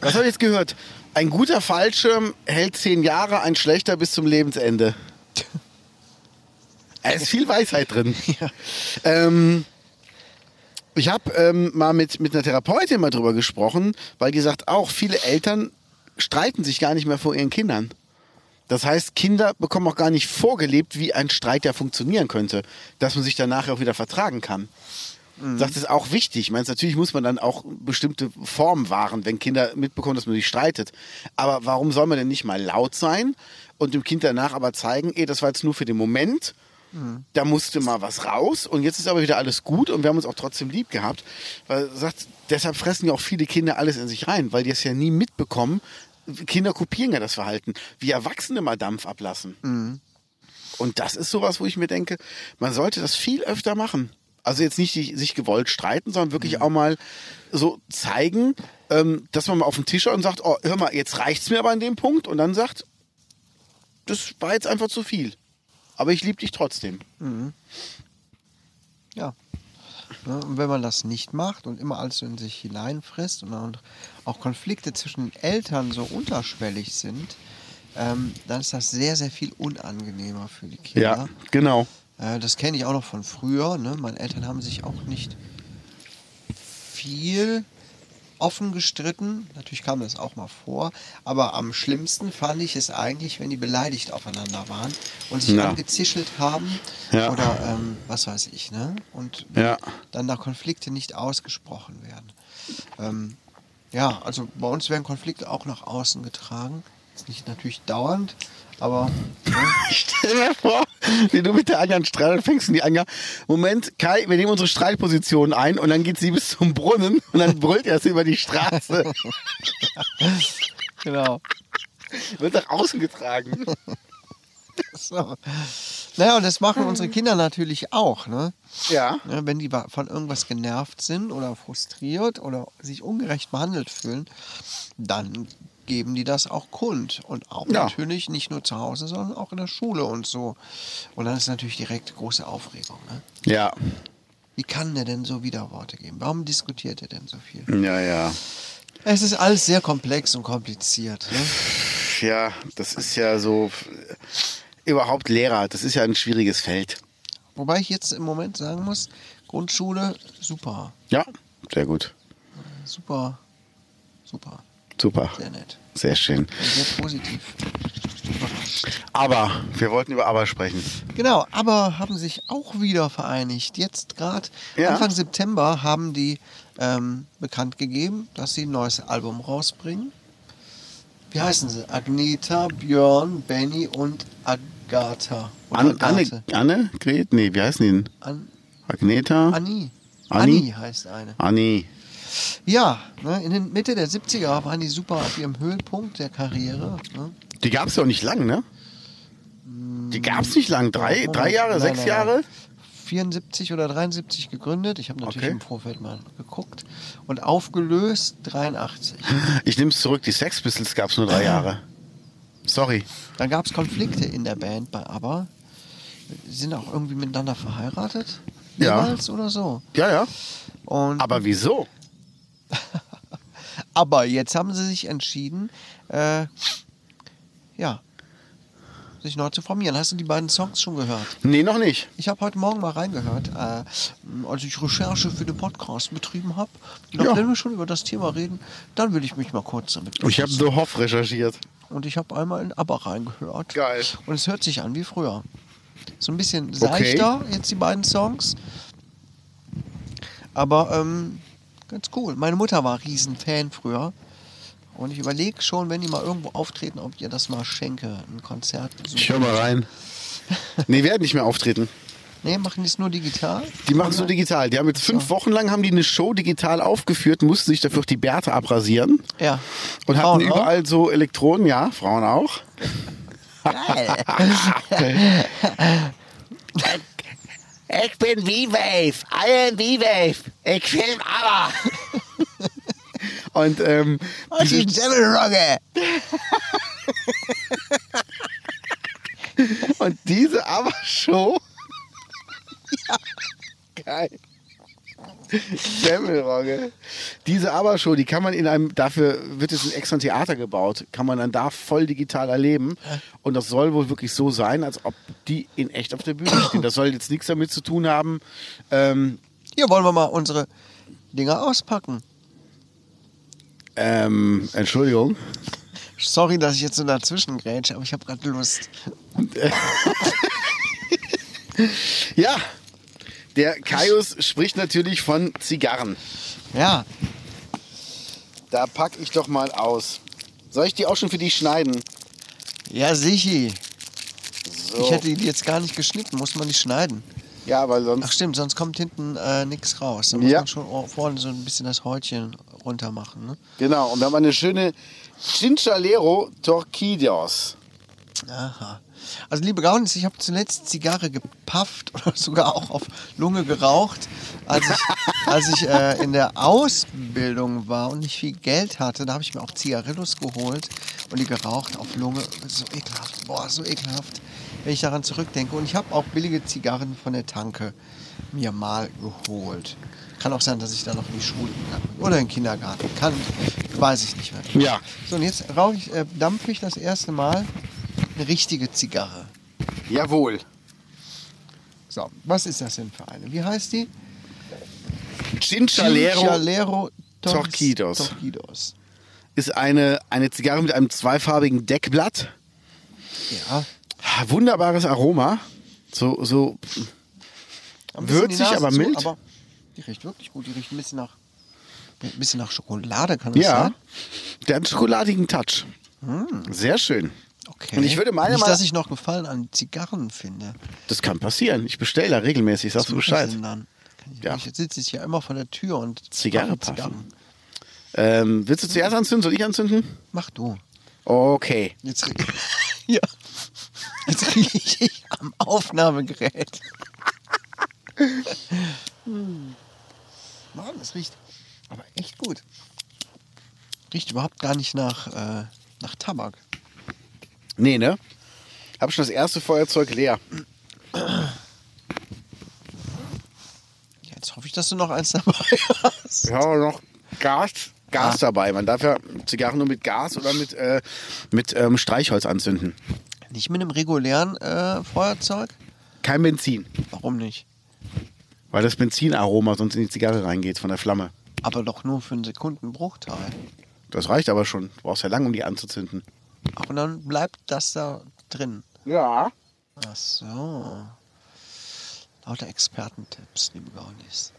[SPEAKER 1] Was habe ich jetzt gehört? Ein guter Fallschirm hält zehn Jahre, ein schlechter bis zum Lebensende. Da ist viel Weisheit drin. Ähm, ich habe ähm, mal mit, mit einer Therapeutin mal drüber gesprochen, weil die sagt auch, viele Eltern streiten sich gar nicht mehr vor ihren Kindern. Das heißt, Kinder bekommen auch gar nicht vorgelebt, wie ein Streit ja funktionieren könnte, dass man sich danach auch wieder vertragen kann. Sagt, das ist auch wichtig. Ich meine, natürlich muss man dann auch bestimmte Formen wahren, wenn Kinder mitbekommen, dass man sich streitet. Aber warum soll man denn nicht mal laut sein und dem Kind danach aber zeigen, ey, das war jetzt nur für den Moment, da musste mal was raus und jetzt ist aber wieder alles gut und wir haben uns auch trotzdem lieb gehabt. Weil sagt, deshalb fressen ja auch viele Kinder alles in sich rein, weil die es ja nie mitbekommen. Kinder kopieren ja das Verhalten, wie Erwachsene mal Dampf ablassen. Und das ist sowas, wo ich mir denke, man sollte das viel öfter machen. Also jetzt nicht die, sich gewollt streiten, sondern wirklich auch mal so zeigen, ähm, dass man mal auf den Tisch schaut und sagt, oh, hör mal, jetzt reicht's mir aber an dem Punkt und dann sagt, das war jetzt einfach zu viel. Aber ich liebe dich trotzdem.
[SPEAKER 2] Ja. Ne, Und wenn man das nicht macht und immer alles so in sich hineinfrisst und dann auch Konflikte zwischen den Eltern so unterschwellig sind, ähm, dann ist das sehr, sehr viel unangenehmer für die Kinder.
[SPEAKER 1] genau.
[SPEAKER 2] Äh, das kenne ich auch noch von früher. Ne? Meine Eltern haben sich auch nicht viel offen gestritten. Natürlich kam das auch mal vor. Aber am schlimmsten fand ich es eigentlich, wenn die beleidigt aufeinander waren und sich
[SPEAKER 1] Ja.
[SPEAKER 2] angezischelt haben
[SPEAKER 1] Ja.
[SPEAKER 2] oder ähm, was weiß ich. Ne? Und
[SPEAKER 1] Ja.
[SPEAKER 2] dann da Konflikte nicht ausgesprochen werden. Ähm, ja, also bei uns werden Konflikte auch nach außen getragen. Ist nicht natürlich dauernd, aber
[SPEAKER 1] Stell dir vor, wie du mit der Anja einen Streit anfängst und die Anja, Moment, Kai, wir nehmen unsere Streitposition ein und dann geht sie bis zum Brunnen und dann brüllt er sie über die Straße.
[SPEAKER 2] genau.
[SPEAKER 1] Wird nach außen getragen.
[SPEAKER 2] So. Naja, und das machen unsere Kinder natürlich auch, ne?
[SPEAKER 1] Ja.
[SPEAKER 2] Ne, wenn die wa- von irgendwas genervt sind oder frustriert oder sich ungerecht behandelt fühlen, dann geben die das auch kund. Und auch
[SPEAKER 1] Ja.
[SPEAKER 2] natürlich nicht nur zu Hause, sondern auch in der Schule und so. Und dann ist natürlich direkt große Aufregung. Ne?
[SPEAKER 1] Ja.
[SPEAKER 2] Wie kann der denn so Widerworte geben? Warum diskutiert er denn so viel?
[SPEAKER 1] Ja, ja.
[SPEAKER 2] Es ist alles sehr komplex und kompliziert. Ne?
[SPEAKER 1] Ja, das ist ja so. Überhaupt Lehrer, das ist ja ein schwieriges Feld.
[SPEAKER 2] Wobei ich jetzt im Moment sagen muss, Grundschule, super,
[SPEAKER 1] Ja, sehr gut.
[SPEAKER 2] super, super,
[SPEAKER 1] Super.
[SPEAKER 2] sehr nett.
[SPEAKER 1] Sehr schön.
[SPEAKER 2] Sehr positiv. Überrascht.
[SPEAKER 1] Aber, wir wollten über Aber sprechen.
[SPEAKER 2] Genau, aber haben sich auch wieder vereinigt. Jetzt gerade
[SPEAKER 1] Ja.
[SPEAKER 2] Anfang September haben die ähm, bekannt gegeben, dass sie ein neues Album rausbringen. Wie heißen sie? Agneta, Björn, Benny und Agatha. Oder
[SPEAKER 1] An,
[SPEAKER 2] Agathe.
[SPEAKER 1] Anne, Anne, Gret? Nee, wie heißen die denn?
[SPEAKER 2] An
[SPEAKER 1] Agneta?
[SPEAKER 2] Anni.
[SPEAKER 1] Anni?
[SPEAKER 2] Anni heißt eine.
[SPEAKER 1] Anni.
[SPEAKER 2] Ja, ne, in den Mitte der 70er waren die super auf ihrem Höhepunkt der Karriere. Ne?
[SPEAKER 1] Die gab es ja auch nicht lang, ne? Die gab es nicht lang. Drei,
[SPEAKER 2] Moment,
[SPEAKER 1] drei Jahre,
[SPEAKER 2] nein,
[SPEAKER 1] sechs
[SPEAKER 2] nein,
[SPEAKER 1] Jahre?
[SPEAKER 2] nein. 74 oder 73 gegründet. Ich habe natürlich
[SPEAKER 1] Okay.
[SPEAKER 2] im Vorfeld mal geguckt. Und aufgelöst 83.
[SPEAKER 1] Ich nehme es zurück, die Sex Pistols gab es nur
[SPEAKER 2] Ah.
[SPEAKER 1] drei Jahre. Sorry.
[SPEAKER 2] Dann gab es Konflikte in der Band bei ABBA. Sie sind auch irgendwie miteinander verheiratet.
[SPEAKER 1] Ja.
[SPEAKER 2] Jemals oder so.
[SPEAKER 1] Ja, ja.
[SPEAKER 2] Und
[SPEAKER 1] Aber wieso?
[SPEAKER 2] Aber jetzt haben sie sich entschieden, äh, ja, sich neu zu formieren. Hast du die beiden Songs schon gehört?
[SPEAKER 1] Nee, noch nicht.
[SPEAKER 2] Ich habe heute Morgen mal reingehört, äh, als ich Recherche für den Podcast betrieben habe. Und
[SPEAKER 1] Ja.
[SPEAKER 2] Wenn wir schon über das Thema reden, dann will ich mich mal kurz damit
[SPEAKER 1] Ich habe The Hoff recherchiert.
[SPEAKER 2] Und ich habe einmal in ABBA reingehört.
[SPEAKER 1] Geil.
[SPEAKER 2] Und es hört sich an wie früher. So ein bisschen seichter, jetzt die beiden Songs. Aber ähm, ganz cool. Meine Mutter war Riesenfan früher. Und ich überlege schon, wenn die mal irgendwo auftreten, ob ich ihr das mal schenke. Ein Konzert.
[SPEAKER 1] Ich höre mal rein. Nee, werden nicht mehr auftreten.
[SPEAKER 2] Nee, machen die es nur digital?
[SPEAKER 1] Die machen es nur digital. Die haben jetzt fünf Wochen lang haben die eine Show digital aufgeführt, mussten sich dafür auch die Bärte abrasieren
[SPEAKER 2] Ja.
[SPEAKER 1] und hatten
[SPEAKER 2] Frauen
[SPEAKER 1] überall so Elektronen, ja, Frauen auch.
[SPEAKER 2] Auch? Geil.
[SPEAKER 1] Ich bin V-Wave. I am V-Wave. Ich film aber. Und ähm,
[SPEAKER 2] Und die Dschungelrogge.
[SPEAKER 1] Und diese Aber-Show. Geil. Semmelrogge. Diese Abershow, die kann man in einem, dafür wird jetzt ein extra Theater gebaut, kann man dann da voll digital erleben. Und das soll wohl wirklich so sein, als ob die in echt auf der Bühne stehen. Das soll jetzt nichts damit zu tun haben. Ähm,
[SPEAKER 2] Hier wollen wir mal unsere Dinger auspacken.
[SPEAKER 1] ähm, Entschuldigung.
[SPEAKER 2] Sorry, dass ich jetzt so dazwischen grätsche, aber ich habe gerade Lust.
[SPEAKER 1] Ja, der Kaius spricht natürlich von Zigarren.
[SPEAKER 2] Ja,
[SPEAKER 1] Da packe ich doch mal aus. Soll ich die auch schon für dich schneiden?
[SPEAKER 2] ja, Sichi.
[SPEAKER 1] So.
[SPEAKER 2] Ich hätte die jetzt gar nicht geschnitten, muss man nicht schneiden.
[SPEAKER 1] ja, weil sonst
[SPEAKER 2] Ach stimmt, sonst kommt hinten äh, nichts raus. Da muss
[SPEAKER 1] Ja.
[SPEAKER 2] man schon o- vorne so ein bisschen das Häutchen runter machen. Ne?
[SPEAKER 1] Genau, und wir haben eine schöne Cinchalero Torquillos.
[SPEAKER 2] Aha. Also liebe Gaunis, ich habe zuletzt Zigarre gepafft oder sogar auch auf Lunge geraucht, als ich, als ich äh, in der Ausbildung war und nicht viel Geld hatte. Da habe ich mir auch Zigarillos geholt und die geraucht auf Lunge. So ekelhaft, boah, so ekelhaft, wenn ich daran zurückdenke. Und ich habe auch billige Zigarren von der Tanke mir mal geholt. Kann auch sein, dass ich da noch in die Schule gegangen bin. Oder in den Kindergarten. Kann, weiß ich nicht mehr.
[SPEAKER 1] Ja.
[SPEAKER 2] So, und jetzt rauche ich, äh, dampfe ich das erste Mal eine richtige Zigarre.
[SPEAKER 1] Jawohl.
[SPEAKER 2] So, was ist das denn für eine? Wie heißt die?
[SPEAKER 1] Cinchalero
[SPEAKER 2] Chalero
[SPEAKER 1] Torquidos.
[SPEAKER 2] Torquidos.
[SPEAKER 1] ist eine, eine Zigarre mit einem zweifarbigen Deckblatt.
[SPEAKER 2] Ja.
[SPEAKER 1] Wunderbares Aroma. So, so
[SPEAKER 2] Ein bisschen
[SPEAKER 1] Würzig,
[SPEAKER 2] die Nase
[SPEAKER 1] aber
[SPEAKER 2] zu,
[SPEAKER 1] mild.
[SPEAKER 2] aber die riecht wirklich gut. Die riecht ein bisschen nach, ein bisschen nach Schokolade, kann das
[SPEAKER 1] ja.
[SPEAKER 2] sein?
[SPEAKER 1] Der hat einen schokoladigen Touch. Sehr schön.
[SPEAKER 2] Okay.
[SPEAKER 1] Und ich würde meine
[SPEAKER 2] Nicht,
[SPEAKER 1] mal-
[SPEAKER 2] dass ich noch Gefallen an Zigarren finde.
[SPEAKER 1] Das kann passieren. Ich bestelle da regelmäßig, sagst du Bescheid.
[SPEAKER 2] Dann kann ich
[SPEAKER 1] Ja.
[SPEAKER 2] nicht, jetzt sitze ich ja immer vor der Tür und
[SPEAKER 1] Zigarre
[SPEAKER 2] rauche Zigarren.
[SPEAKER 1] Ähm, willst du zuerst anzünden? Soll ich anzünden?
[SPEAKER 2] Mach du.
[SPEAKER 1] Okay.
[SPEAKER 2] Jetzt, rie- ja. jetzt rieche ich am Aufnahmegerät. Hm. Mann, das riecht aber echt gut. Riecht überhaupt gar nicht nach, äh, nach Tabak.
[SPEAKER 1] Nee, ne? Hab schon das erste Feuerzeug leer.
[SPEAKER 2] Ja, Jetzt hoffe ich, dass du noch eins dabei hast.
[SPEAKER 1] Ich habe noch Ah. Gas, Gas dabei. Man darf ja Zigarren nur mit Gas oder mit, äh, mit ähm, Streichholz anzünden.
[SPEAKER 2] Nicht mit einem regulären äh, Feuerzeug?
[SPEAKER 1] Kein Benzin,
[SPEAKER 2] Warum nicht?
[SPEAKER 1] weil das Benzinaroma sonst in die Zigarre reingeht von der Flamme.
[SPEAKER 2] Aber doch nur für einen Sekundenbruchteil.
[SPEAKER 1] Das reicht aber schon. Du brauchst ja lang, um die anzuzünden.
[SPEAKER 2] Aber dann bleibt das da drin.
[SPEAKER 1] Ja.
[SPEAKER 2] Ach so. Lauter Expertentipps, liebe Gaunis.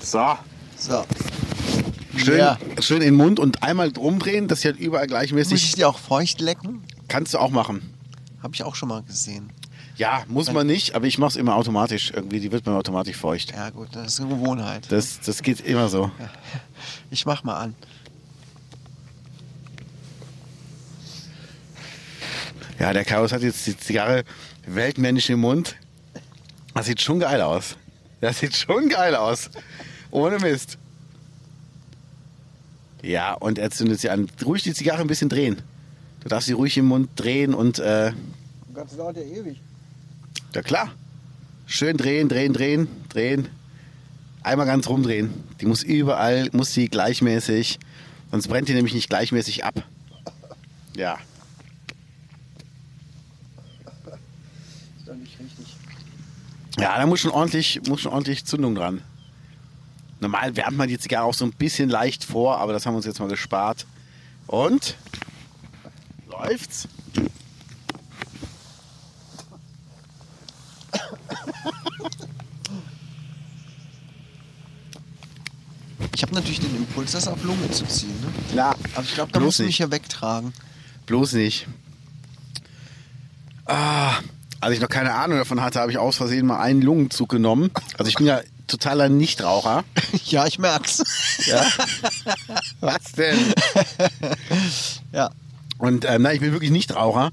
[SPEAKER 1] So.
[SPEAKER 2] So.
[SPEAKER 1] Schön,
[SPEAKER 2] Ja.
[SPEAKER 1] schön in den Mund und einmal drumdrehen, dass sie halt überall
[SPEAKER 2] Muss ich
[SPEAKER 1] gleichmäßig.
[SPEAKER 2] die auch feucht lecken?
[SPEAKER 1] Kannst du auch machen.
[SPEAKER 2] Habe ich auch schon mal gesehen.
[SPEAKER 1] Ja, muss man nicht, aber ich mach's immer automatisch. Irgendwie, die wird mir automatisch feucht.
[SPEAKER 2] Ja gut, das ist eine Gewohnheit.
[SPEAKER 1] Das, das geht immer so.
[SPEAKER 2] Ich mach mal an.
[SPEAKER 1] Ja, der Chaos hat jetzt die Zigarre weltmännisch im Mund. Das sieht schon geil aus. Das sieht schon geil aus. Ohne Mist. Ja, und er zündet sie an. Ruhig die Zigarre ein bisschen drehen. Du darfst sie ruhig im Mund drehen und, äh,
[SPEAKER 2] Das dauert ja ewig.
[SPEAKER 1] ja klar. Schön drehen, drehen, drehen, drehen. Einmal ganz rumdrehen. Die muss überall, muss sie gleichmäßig. Sonst brennt die nämlich nicht gleichmäßig ab. Ja.
[SPEAKER 2] Ist doch nicht richtig.
[SPEAKER 1] Ja, da muss schon ordentlich, muss schon ordentlich Zündung dran. Normal wärmt man die Zigarre auch so ein bisschen leicht vor, aber das haben wir uns jetzt mal gespart. Und? Läuft's?
[SPEAKER 2] Ich habe natürlich den Impuls, das auf Lunge zu ziehen. Ne?
[SPEAKER 1] Klar.
[SPEAKER 2] Aber ich glaube, da
[SPEAKER 1] Bloß
[SPEAKER 2] musst du mich
[SPEAKER 1] nicht.
[SPEAKER 2] ja wegtragen.
[SPEAKER 1] Bloß nicht. Ah, als ich noch keine Ahnung davon hatte, habe ich aus Versehen mal einen Lungenzug genommen. Also ich bin ja totaler Nichtraucher.
[SPEAKER 2] ja, ich merk's.
[SPEAKER 1] Ja. Was denn?
[SPEAKER 2] ja.
[SPEAKER 1] Und ähm, nein, ich bin wirklich Nichtraucher.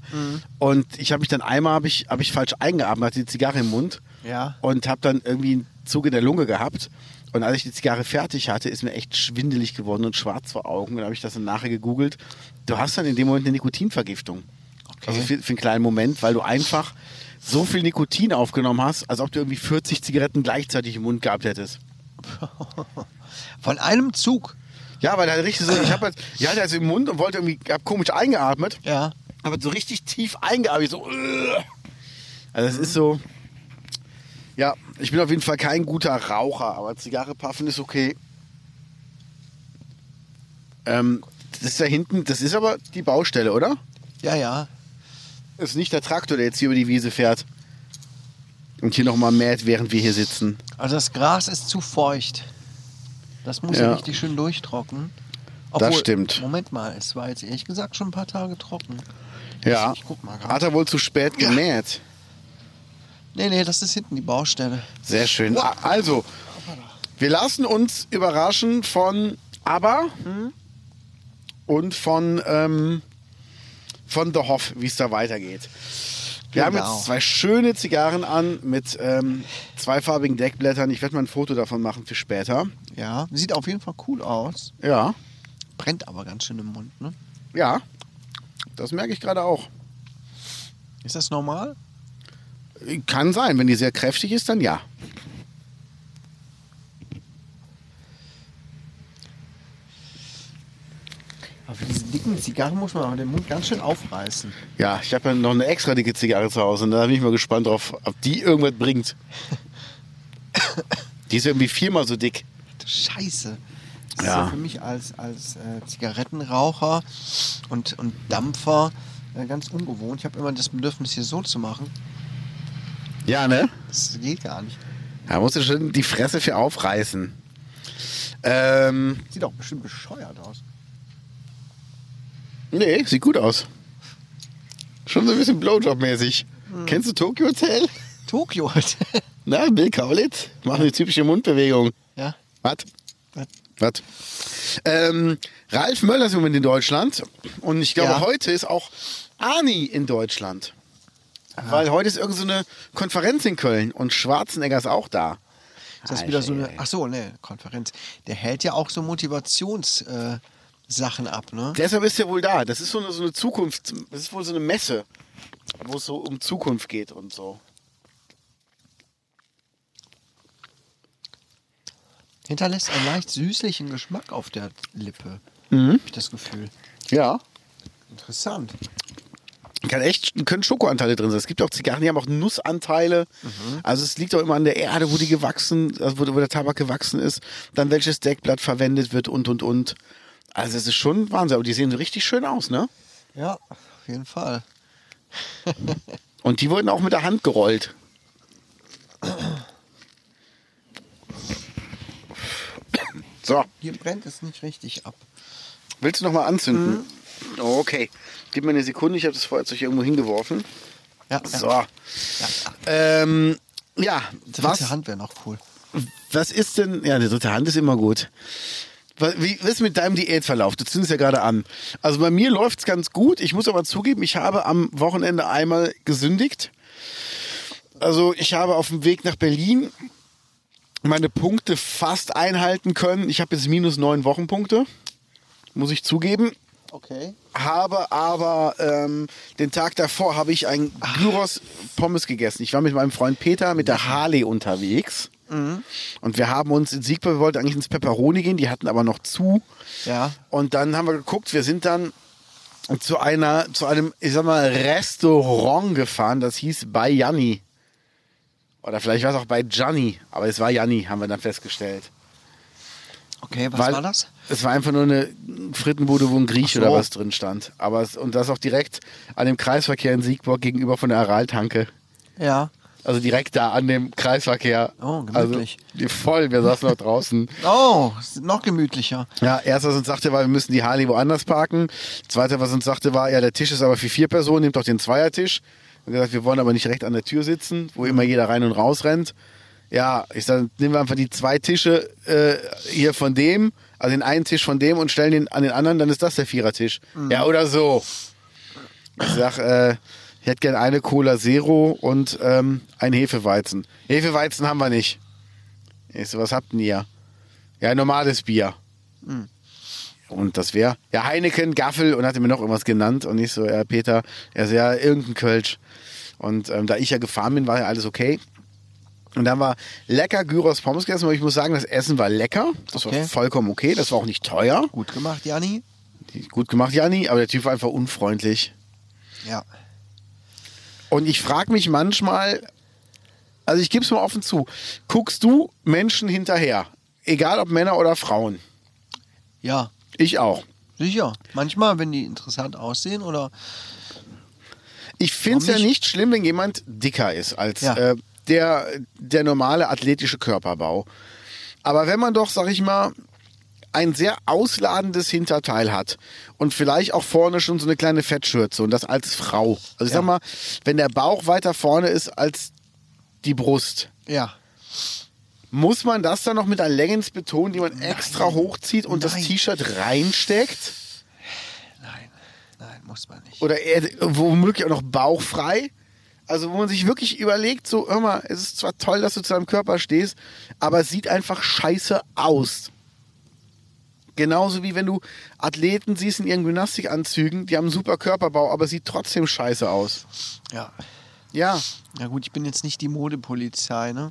[SPEAKER 1] Und ich habe mich dann einmal habe ich, hab ich falsch eingeatmet, hatte die Zigarre im Mund.
[SPEAKER 2] Ja.
[SPEAKER 1] Und habe dann irgendwie einen Zug in der Lunge gehabt. Und als ich die Zigarre fertig hatte, ist mir echt schwindelig geworden und schwarz vor Augen. Und dann habe ich das dann nachher gegoogelt. Du hast dann in dem Moment eine Nikotinvergiftung. Also für, für einen kleinen Moment, weil du einfach so viel Nikotin aufgenommen hast, als ob du irgendwie 40 Zigaretten gleichzeitig im Mund gehabt hättest.
[SPEAKER 2] Von einem Zug.
[SPEAKER 1] Ja, weil da richtig so, ich habe jetzt, ich hatte also im Mund und wollte irgendwie, hab komisch eingeatmet,
[SPEAKER 2] Ja.
[SPEAKER 1] aber halt so richtig tief eingeatmet, so. äh. Also es ist so, ja, ich bin auf jeden Fall kein guter Raucher, aber Zigarre puffen ist okay. Ähm, das ist da hinten, das ist aber die Baustelle, oder?
[SPEAKER 2] Ja, ja.
[SPEAKER 1] Das ist nicht der Traktor, der jetzt hier über die Wiese fährt und hier nochmal mäht, während wir hier sitzen.
[SPEAKER 2] Also das Gras ist zu feucht. Das muss ja,
[SPEAKER 1] Ja.
[SPEAKER 2] richtig schön durchtrocknen.
[SPEAKER 1] stimmt.
[SPEAKER 2] Moment mal, es war jetzt ehrlich gesagt schon ein paar Tage trocken.
[SPEAKER 1] Ja,
[SPEAKER 2] Ich, ich guck mal gerade.
[SPEAKER 1] hat er wohl zu spät gemäht.
[SPEAKER 2] Nee, nee, das ist hinten die Baustelle.
[SPEAKER 1] Sehr schön. Also, wir lassen uns überraschen von ABBA und von, ähm, von The Hoff, wie es da weitergeht. Wir haben
[SPEAKER 2] Genau.
[SPEAKER 1] jetzt zwei schöne Zigarren an mit ähm, zweifarbigen Deckblättern. Ich werde mal ein Foto davon machen für später.
[SPEAKER 2] Ja, sieht auf jeden Fall cool aus.
[SPEAKER 1] Ja,
[SPEAKER 2] Brennt aber ganz schön im Mund, ne?
[SPEAKER 1] ja. Das merke ich gerade auch.
[SPEAKER 2] Ist das normal?
[SPEAKER 1] Kann sein. Wenn die sehr kräftig ist, dann ja.
[SPEAKER 2] Aber für diese dicken Zigarren muss man aber den Mund ganz schön aufreißen.
[SPEAKER 1] Ja, ich habe ja noch eine extra dicke Zigarre zu Hause. Und da bin ich mal gespannt drauf, ob die irgendwas bringt. Die ist irgendwie viermal so dick.
[SPEAKER 2] Scheiße. Das
[SPEAKER 1] Ja.
[SPEAKER 2] ist ja für mich als, als äh, Zigarettenraucher und, und Dampfer äh, ganz ungewohnt. Ich habe immer das Bedürfnis, hier so zu machen.
[SPEAKER 1] Ja, ne?
[SPEAKER 2] Das geht gar nicht.
[SPEAKER 1] Da musst du schon die Fresse für aufreißen. Ähm,
[SPEAKER 2] Sieht auch bestimmt bescheuert aus.
[SPEAKER 1] nee, sieht gut aus. Schon so ein bisschen Blowjob-mäßig. Kennst du Tokyo Hotel?
[SPEAKER 2] Tokio halt.
[SPEAKER 1] Na, Bill Kaulitz? Macht eine typische Mundbewegung.
[SPEAKER 2] ja.
[SPEAKER 1] Was?
[SPEAKER 2] Was?
[SPEAKER 1] Was? Ähm, Ralf Möller ist im Moment in Deutschland und ich glaube,
[SPEAKER 2] Ja.
[SPEAKER 1] heute ist auch Ani in Deutschland. Weil heute ist irgendeine so eine Konferenz in Köln und Schwarzenegger ist auch da.
[SPEAKER 2] Ist das wieder so
[SPEAKER 1] Alter,
[SPEAKER 2] eine. Ach so, ne, Konferenz. Der hält ja auch so Motivationssachen äh, Sachen ab, ne?
[SPEAKER 1] Deshalb ist er wohl da. Das ist so eine, so eine Zukunft, das ist wohl so eine Messe, wo es so um Zukunft geht und so.
[SPEAKER 2] Hinterlässt einen leicht süßlichen Geschmack auf der Lippe.
[SPEAKER 1] Mhm.
[SPEAKER 2] Hab ich das Gefühl.
[SPEAKER 1] Ja.
[SPEAKER 2] Interessant.
[SPEAKER 1] Kann echt, können Schokoanteile drin sein. Es gibt auch Zigarren, die haben auch Nussanteile. Also es liegt auch immer an der Erde, wo die gewachsen, also wo, wo der Tabak gewachsen ist, dann welches Deckblatt verwendet wird und und und. Also es ist schon Wahnsinn, aber die sehen richtig schön aus, ne?
[SPEAKER 2] Ja, auf jeden Fall.
[SPEAKER 1] Und die wurden auch mit der Hand gerollt. So,
[SPEAKER 2] Hier brennt es nicht richtig ab.
[SPEAKER 1] willst du nochmal anzünden? Mhm. Okay. Gib mir eine Sekunde, ich habe das Feuerzeug hier irgendwo hingeworfen.
[SPEAKER 2] Ja,
[SPEAKER 1] So.
[SPEAKER 2] ja.
[SPEAKER 1] Ja, ähm, ja
[SPEAKER 2] Dritte Hand wäre noch cool.
[SPEAKER 1] Was ist denn, ja, eine dritte Hand ist immer gut. Was, wie was ist mit deinem Diätverlauf? Du zündest ja gerade an. Also bei mir läuft es ganz gut. Ich muss aber zugeben, ich habe am Wochenende einmal gesündigt. Also ich habe auf dem Weg nach Berlin meine Punkte fast einhalten können. Ich habe jetzt minus neun Wochenpunkte, muss ich zugeben.
[SPEAKER 2] Okay.
[SPEAKER 1] Habe aber ähm, den Tag davor habe ich ein Gyros Pommes gegessen. Ich war mit meinem Freund Peter mit der Harley unterwegs. Und wir haben uns in Siegburg, wir wollten eigentlich ins Pepperoni gehen, die hatten aber noch zu.
[SPEAKER 2] Ja.
[SPEAKER 1] Und dann haben wir geguckt, wir sind dann zu einer, zu einem, ich sag mal, Restaurant gefahren, das hieß bei Janni. Oder vielleicht war es auch bei Gianni, aber es war Janni, haben wir dann festgestellt.
[SPEAKER 2] Okay, was
[SPEAKER 1] Weil
[SPEAKER 2] war das?
[SPEAKER 1] Es war einfach nur eine Frittenbude, wo ein Griech
[SPEAKER 2] Ach so.
[SPEAKER 1] oder was drin stand. Aber es, und das auch direkt an dem Kreisverkehr in Siegburg gegenüber von der Araltanke.
[SPEAKER 2] Ja.
[SPEAKER 1] Also direkt da an dem Kreisverkehr.
[SPEAKER 2] Oh, gemütlich.
[SPEAKER 1] Also, die- voll, wir saßen noch draußen.
[SPEAKER 2] Oh, ist noch gemütlicher.
[SPEAKER 1] Ja, erst was uns sagte war, wir müssen die Harley woanders parken. Zweiter, was uns sagte war, ja, der Tisch ist aber für vier Personen, nehmt doch den Zweiertisch. Und gesagt, wir wollen aber nicht recht an der Tür sitzen, wo immer jeder rein und raus rennt. Ja, ich sage, nehmen wir einfach die zwei Tische äh, hier von dem, also den einen Tisch von dem und stellen den an den anderen, dann ist das der Vierertisch. Ja, oder so. Ich sag, äh, ich hätte gern eine Cola Zero und ähm, ein Hefeweizen. Hefeweizen haben wir nicht. Ich so, was habt denn ihr? Ja, normales Bier. Und das wäre, ja, Heineken, Gaffel und hat mir noch irgendwas genannt. Und ich so, ja, Peter, er so, ja, irgendein Kölsch. Und ähm, da ich ja gefahren bin, war ja alles okay. Und dann war lecker Gyros Pommes gegessen, aber ich muss sagen, das Essen war lecker. Das war
[SPEAKER 2] Okay.
[SPEAKER 1] vollkommen okay. Das war auch nicht teuer.
[SPEAKER 2] Gut gemacht, Jani.
[SPEAKER 1] Gut gemacht, Jani, aber der Typ war einfach unfreundlich.
[SPEAKER 2] Ja.
[SPEAKER 1] Und ich frage mich manchmal, also ich gebe es mal offen zu, guckst du Menschen hinterher? Egal ob Männer oder Frauen.
[SPEAKER 2] Ja,
[SPEAKER 1] Ich auch.
[SPEAKER 2] sicher. Manchmal, wenn die interessant aussehen oder
[SPEAKER 1] Ich finde es ja
[SPEAKER 2] Warum nicht?
[SPEAKER 1] nicht schlimm, wenn jemand dicker ist als
[SPEAKER 2] Ja.
[SPEAKER 1] äh, der, der normale athletische Körperbau. Aber wenn man doch, sag ich mal, ein sehr ausladendes Hinterteil hat und vielleicht auch vorne schon so eine kleine Fettschürze und das als Frau. Also ich
[SPEAKER 2] Ja.
[SPEAKER 1] sag mal, wenn der Bauch weiter vorne ist als die Brust,
[SPEAKER 2] ja,
[SPEAKER 1] Muss man das dann noch mit einer Leggings betonen, die man extra hochzieht und das
[SPEAKER 2] Nein.
[SPEAKER 1] T-Shirt reinsteckt?
[SPEAKER 2] nein, nein, muss man nicht.
[SPEAKER 1] Oder eher, womöglich auch noch bauchfrei? Also, wo man sich wirklich überlegt, so, hör mal, es ist zwar toll, dass du zu deinem Körper stehst, aber es sieht einfach scheiße aus. Genauso wie wenn du Athleten siehst in ihren Gymnastikanzügen, die haben einen super Körperbau, aber sieht trotzdem scheiße aus.
[SPEAKER 2] Ja.
[SPEAKER 1] Ja,
[SPEAKER 2] Ja gut, ich bin jetzt nicht die Modepolizei, ne?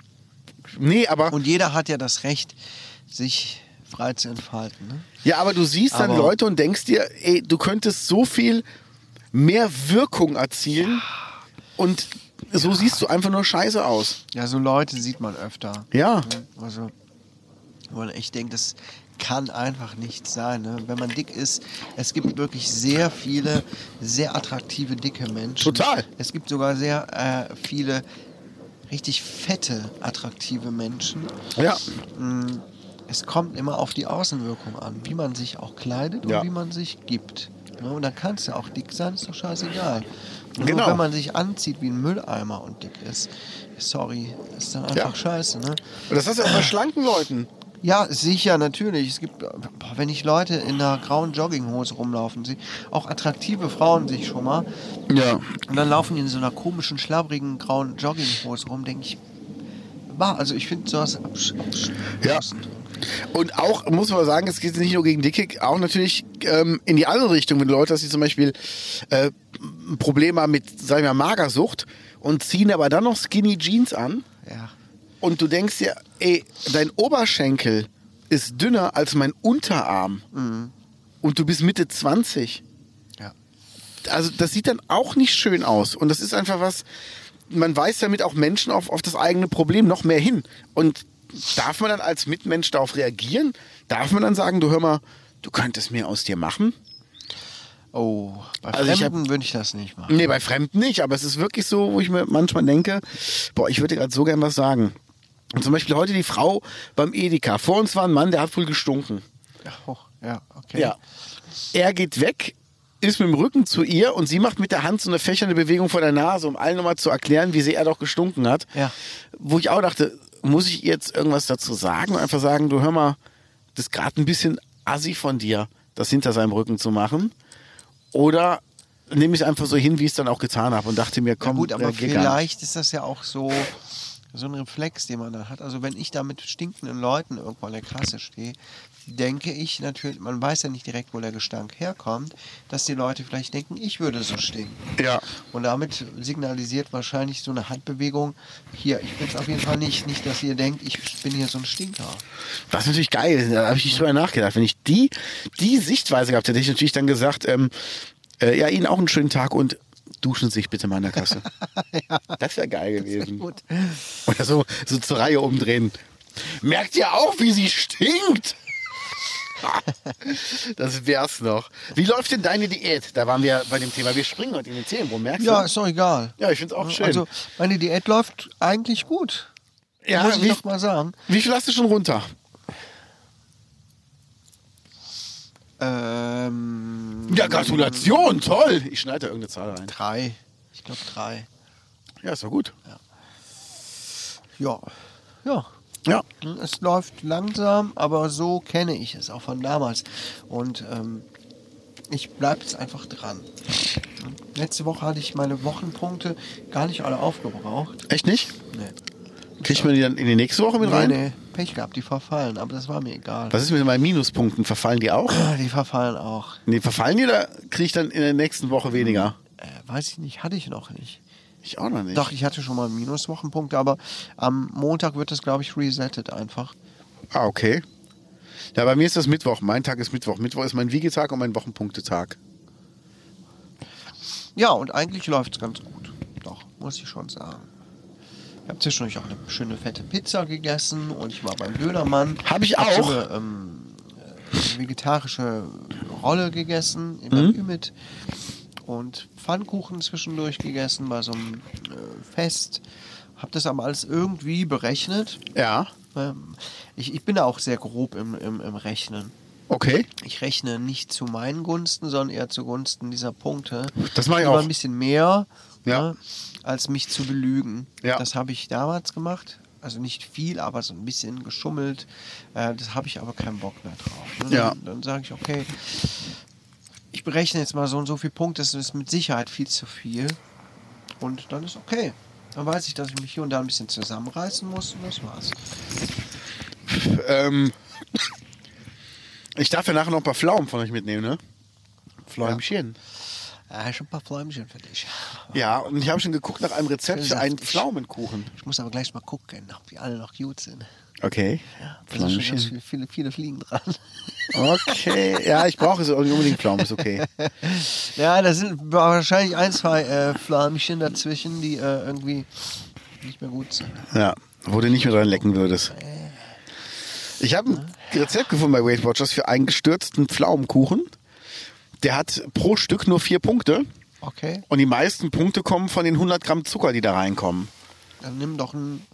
[SPEAKER 1] nee, aber
[SPEAKER 2] Und jeder hat ja das Recht, sich frei zu entfalten, ne?
[SPEAKER 1] Ja, aber du siehst dann
[SPEAKER 2] Aber-
[SPEAKER 1] Leute und denkst dir, ey, du könntest so viel mehr Wirkung erzielen und so siehst du einfach nur scheiße aus.
[SPEAKER 2] Ja, so Leute sieht man öfter.
[SPEAKER 1] Ja.
[SPEAKER 2] Ne? Also, wo man echt denkt, das kann einfach nicht sein. Ne? Wenn man dick ist, es gibt wirklich sehr viele sehr attraktive, dicke Menschen.
[SPEAKER 1] Total.
[SPEAKER 2] Es gibt sogar sehr äh, viele richtig fette, attraktive Menschen.
[SPEAKER 1] Ja.
[SPEAKER 2] Mm, Es kommt immer auf die Außenwirkung an, wie man sich auch kleidet
[SPEAKER 1] Ja.
[SPEAKER 2] und wie man sich gibt. Ne? Und dann kannst du auch dick sein, ist doch scheißegal. Nur
[SPEAKER 1] Genau.
[SPEAKER 2] wenn man sich anzieht wie ein Mülleimer und dick ist, sorry, ist dann einfach
[SPEAKER 1] Ja.
[SPEAKER 2] scheiße. Ne?
[SPEAKER 1] Und das hast du auch bei schlanken Leuten.
[SPEAKER 2] Ja, sicher, natürlich. Es gibt, boah, wenn ich Leute in einer grauen Jogginghose rumlaufen, sie, auch attraktive Frauen sich schon mal,
[SPEAKER 1] Ja.
[SPEAKER 2] und dann laufen die in so einer komischen, schlabrigen, grauen Jogginghose rum, denke ich, bah, also ich finde sowas absch absch-
[SPEAKER 1] Ja.
[SPEAKER 2] abschließend.
[SPEAKER 1] Und auch, muss man sagen, es geht nicht nur gegen Dicke, auch natürlich ähm, in die andere Richtung, wenn Leute, dass sie zum Beispiel äh, Probleme haben mit, sagen wir mal, Magersucht und ziehen aber dann noch Skinny Jeans an.
[SPEAKER 2] ja.
[SPEAKER 1] Und du denkst dir, ey, dein Oberschenkel ist dünner als mein Unterarm. Und du bist Mitte 20.
[SPEAKER 2] Ja.
[SPEAKER 1] Also das sieht dann auch nicht schön aus. Und das ist einfach was, man weist damit auch Menschen auf, auf das eigene Problem noch mehr hin. Und darf man dann als Mitmensch darauf reagieren? Darf man dann sagen, du hör mal, du könntest mehr aus dir machen?
[SPEAKER 2] Oh, bei
[SPEAKER 1] Also ich Mhm.
[SPEAKER 2] Fremden würde ich das nicht machen.
[SPEAKER 1] Nee, bei Fremden nicht, aber es ist wirklich so, wo ich mir manchmal denke, boah, ich würde gerade so gern was sagen. Und zum Beispiel heute die Frau beim Edeka. Vor uns war ein Mann, der hat wohl gestunken.
[SPEAKER 2] Oh, ja, okay.
[SPEAKER 1] Ja. Er geht weg, ist mit dem Rücken zu ihr und sie macht mit der Hand so eine fächernde Bewegung vor der Nase, um allen nochmal zu erklären, wie sehr er doch gestunken hat.
[SPEAKER 2] Ja.
[SPEAKER 1] Wo ich auch dachte, muss ich ihr jetzt irgendwas dazu sagen? Und einfach sagen, du hör mal, das ist gerade ein bisschen assi von dir, das hinter seinem Rücken zu machen. Oder nehme ich es einfach so hin, wie ich es dann auch getan habe und dachte mir,
[SPEAKER 2] ja
[SPEAKER 1] komm,
[SPEAKER 2] gut, aber
[SPEAKER 1] äh, geh gar nicht.
[SPEAKER 2] vielleicht ist das ja auch so, so ein Reflex, den man dann hat. Also wenn ich da mit stinkenden Leuten irgendwo an der Kasse stehe, denke ich natürlich, man weiß ja nicht direkt, wo der Gestank herkommt, dass die Leute vielleicht denken, ich würde so stinken.
[SPEAKER 1] Ja.
[SPEAKER 2] Und damit signalisiert wahrscheinlich so eine Handbewegung, hier, ich bin es auf jeden Fall nicht, nicht, dass ihr denkt, ich bin hier so ein Stinker.
[SPEAKER 1] Was natürlich geil ist, da habe ich nicht drüber nachgedacht. Wenn ich die, die Sichtweise gehabt hätte, hätte ich natürlich dann gesagt, ähm, äh, ja, Ihnen auch einen schönen Tag und duschen Sie sich bitte mal in der Kasse. Das wäre geil gewesen.
[SPEAKER 2] Gut.
[SPEAKER 1] Oder so, so zur Reihe umdrehen. Merkt ihr auch, wie sie stinkt? das wär's noch. Wie läuft denn deine Diät? Da waren wir bei dem Thema. Wir springen heute in den Themenbrum, merkst
[SPEAKER 2] Ja,
[SPEAKER 1] du?
[SPEAKER 2] ist doch egal.
[SPEAKER 1] Ja, ich find's auch schön.
[SPEAKER 2] Also meine Diät läuft eigentlich gut.
[SPEAKER 1] Ja,
[SPEAKER 2] muss ich
[SPEAKER 1] wie-
[SPEAKER 2] doch mal sagen.
[SPEAKER 1] Wie viel hast du schon runter?
[SPEAKER 2] Ähm,
[SPEAKER 1] Ja, Gratulation, toll. Ich schneide da irgendeine Zahl rein.
[SPEAKER 2] drei. Ich glaube drei.
[SPEAKER 1] Ja, ist doch gut.
[SPEAKER 2] Ja. Ja.
[SPEAKER 1] Ja.
[SPEAKER 2] Es läuft langsam, aber so kenne ich es auch von damals. Und ähm, ich bleibe jetzt einfach dran. Letzte Woche hatte ich meine Wochenpunkte gar nicht alle aufgebraucht.
[SPEAKER 1] Echt nicht?
[SPEAKER 2] Nee.
[SPEAKER 1] Kriegt man die dann in die nächste Woche mit
[SPEAKER 2] Nee,
[SPEAKER 1] rein?
[SPEAKER 2] nee, Pech gehabt, die verfallen, aber das war mir egal.
[SPEAKER 1] Was ist mit meinen Minuspunkten? Verfallen die auch?
[SPEAKER 2] Die verfallen auch.
[SPEAKER 1] Nee, verfallen die oder kriege ich dann in der nächsten Woche weniger?
[SPEAKER 2] Äh, weiß ich nicht, hatte ich noch nicht.
[SPEAKER 1] Ich auch noch nicht.
[SPEAKER 2] Doch, ich hatte schon mal Minuswochenpunkte, aber am Montag wird das, glaube ich, resettet einfach.
[SPEAKER 1] Ah, okay. Ja, bei mir ist das Mittwoch. Mein Tag ist Mittwoch. Mittwoch ist mein Wiegetag und mein Wochenpunktetag.
[SPEAKER 2] Ja, und eigentlich läuft es ganz gut. Doch, muss ich schon sagen. Ich habe zwischendurch auch eine schöne fette Pizza gegessen und ich war beim Dönermann.
[SPEAKER 1] Hab ich
[SPEAKER 2] Hab so
[SPEAKER 1] auch.
[SPEAKER 2] eine, ähm, äh, vegetarische Rolle gegessen in
[SPEAKER 1] Mhm.
[SPEAKER 2] der Ümit und Pfannkuchen zwischendurch gegessen bei so einem äh, Fest. Hab das aber alles irgendwie berechnet.
[SPEAKER 1] Ja,
[SPEAKER 2] Ähm, ich, ich bin da auch sehr grob im, im, im Rechnen.
[SPEAKER 1] okay.
[SPEAKER 2] Ich rechne nicht zu meinen Gunsten, sondern eher zugunsten dieser Punkte.
[SPEAKER 1] Das mach ich
[SPEAKER 2] Immer
[SPEAKER 1] auch.
[SPEAKER 2] ein bisschen mehr,
[SPEAKER 1] Ja.
[SPEAKER 2] ne, als mich zu belügen.
[SPEAKER 1] Ja.
[SPEAKER 2] Das habe ich damals gemacht. Also nicht viel, aber so ein bisschen geschummelt. Äh, das habe ich aber keinen Bock mehr drauf. Ne?
[SPEAKER 1] Ja.
[SPEAKER 2] Dann, dann sage ich, okay, ich berechne jetzt mal so und so viel Punkte, das ist mit Sicherheit viel zu viel. Und dann ist okay. Dann weiß ich, dass ich mich hier und da ein bisschen zusammenreißen muss und das war's.
[SPEAKER 1] Ähm, ich darf ja nachher noch ein paar Pflaumen von euch mitnehmen, ne? Pfläumchen.
[SPEAKER 2] Ah, schon ein paar Fläumchen für dich.
[SPEAKER 1] Ja, und ich habe schon geguckt nach einem Rezept für einen Pflaumenkuchen.
[SPEAKER 2] Ich muss aber gleich mal gucken, ob die alle noch gut sind.
[SPEAKER 1] Okay.
[SPEAKER 2] Ja, da sind schon ganz viele, viele, viele Fliegen dran.
[SPEAKER 1] Okay. Ja, ich brauche es auch nicht unbedingt Pflaumen, ist okay.
[SPEAKER 2] Ja, da sind wahrscheinlich ein, zwei äh, Flämmchen dazwischen, die äh, irgendwie nicht mehr gut sind.
[SPEAKER 1] Ja, wo du nicht mehr dran lecken würdest.
[SPEAKER 2] Äh.
[SPEAKER 1] Ich habe ein Rezept gefunden bei Weight Watchers für einen gestürzten Pflaumenkuchen. Der hat pro Stück nur vier Punkte.
[SPEAKER 2] Okay,
[SPEAKER 1] Und die meisten Punkte kommen von den 100 Gramm Zucker, die da reinkommen.
[SPEAKER 2] dann nimm doch ein.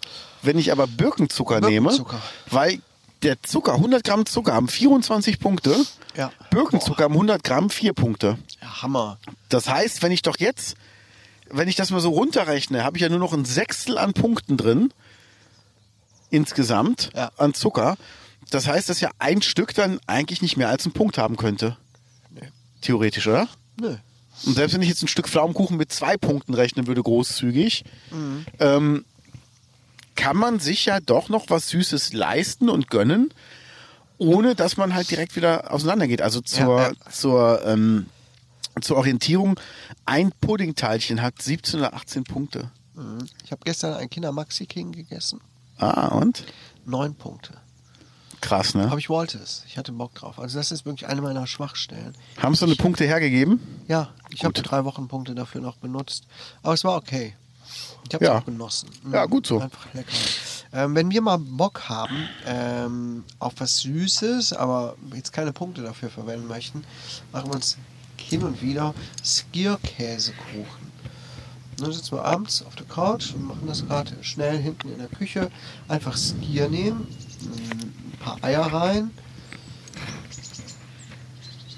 [SPEAKER 1] Wenn ich aber Birkenzucker,
[SPEAKER 2] Birkenzucker.
[SPEAKER 1] nehme, weil der Zucker, 100 Gramm Zucker haben 24 Punkte,
[SPEAKER 2] Ja.
[SPEAKER 1] Birkenzucker haben 100 Gramm 4 Punkte.
[SPEAKER 2] Ja, Hammer.
[SPEAKER 1] Das heißt, wenn ich doch jetzt, wenn ich das mal so runterrechne, habe ich ja nur noch ein Sechstel an Punkten drin, insgesamt,
[SPEAKER 2] Ja.
[SPEAKER 1] an Zucker. Das heißt, dass ja ein Stück dann eigentlich nicht mehr als einen Punkt haben könnte.
[SPEAKER 2] Nee.
[SPEAKER 1] Theoretisch, oder?
[SPEAKER 2] Nö.
[SPEAKER 1] Und selbst wenn ich jetzt ein Stück Pflaumenkuchen mit zwei Punkten rechnen würde, großzügig, ähm, kann man sich ja doch noch was Süßes leisten und gönnen, ohne dass man halt direkt wieder auseinandergeht. Also zur,
[SPEAKER 2] Ja,
[SPEAKER 1] zur, ähm, zur Orientierung, ein Puddingteilchen hat 17 oder 18 Punkte.
[SPEAKER 2] Mhm. Ich habe gestern ein Kinder Maxi King gegessen.
[SPEAKER 1] Ah, und?
[SPEAKER 2] Neun Punkte.
[SPEAKER 1] Krass, ne?
[SPEAKER 2] Aber ich wollte es. Ich hatte Bock drauf. Also das ist wirklich eine meiner Schwachstellen.
[SPEAKER 1] Haben sie eine Punkte hergegeben?
[SPEAKER 2] Ja, ich habe drei Wochen Punkte dafür noch benutzt. Aber es war okay. Ich habe es
[SPEAKER 1] Ja.
[SPEAKER 2] auch genossen. Mhm.
[SPEAKER 1] Ja, gut so.
[SPEAKER 2] Einfach lecker. Ähm, wenn wir mal Bock haben ähm, auf was Süßes, aber jetzt keine Punkte dafür verwenden möchten, machen wir uns hin und wieder Skierkäsekuchen. Und Dann sitzen wir abends auf der Couch und machen das gerade schnell hinten in der Küche. Einfach Skier nehmen, ein paar Eier rein,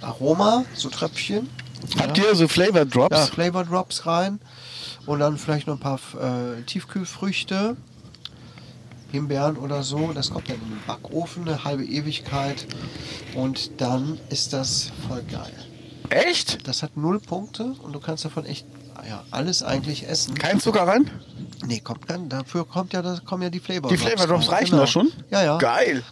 [SPEAKER 2] Aroma, so Tröpfchen.
[SPEAKER 1] Habt ihr so Flavor Drops?
[SPEAKER 2] Ja, Flavor Drops rein und dann vielleicht noch ein paar äh, Tiefkühlfrüchte, Himbeeren oder so. Das kommt dann in den Backofen, eine halbe Ewigkeit und dann ist das voll geil.
[SPEAKER 1] Echt?
[SPEAKER 2] Das hat null Punkte und du kannst davon echt ja, alles eigentlich essen.
[SPEAKER 1] Kein Zucker rein?
[SPEAKER 2] Nee, kommt kein, dafür kommt ja, das, kommen ja die Flavor
[SPEAKER 1] Die
[SPEAKER 2] Drops.
[SPEAKER 1] Flavor Drops
[SPEAKER 2] rein.
[SPEAKER 1] reichen
[SPEAKER 2] Genau.
[SPEAKER 1] da schon?
[SPEAKER 2] Ja, ja.
[SPEAKER 1] Geil.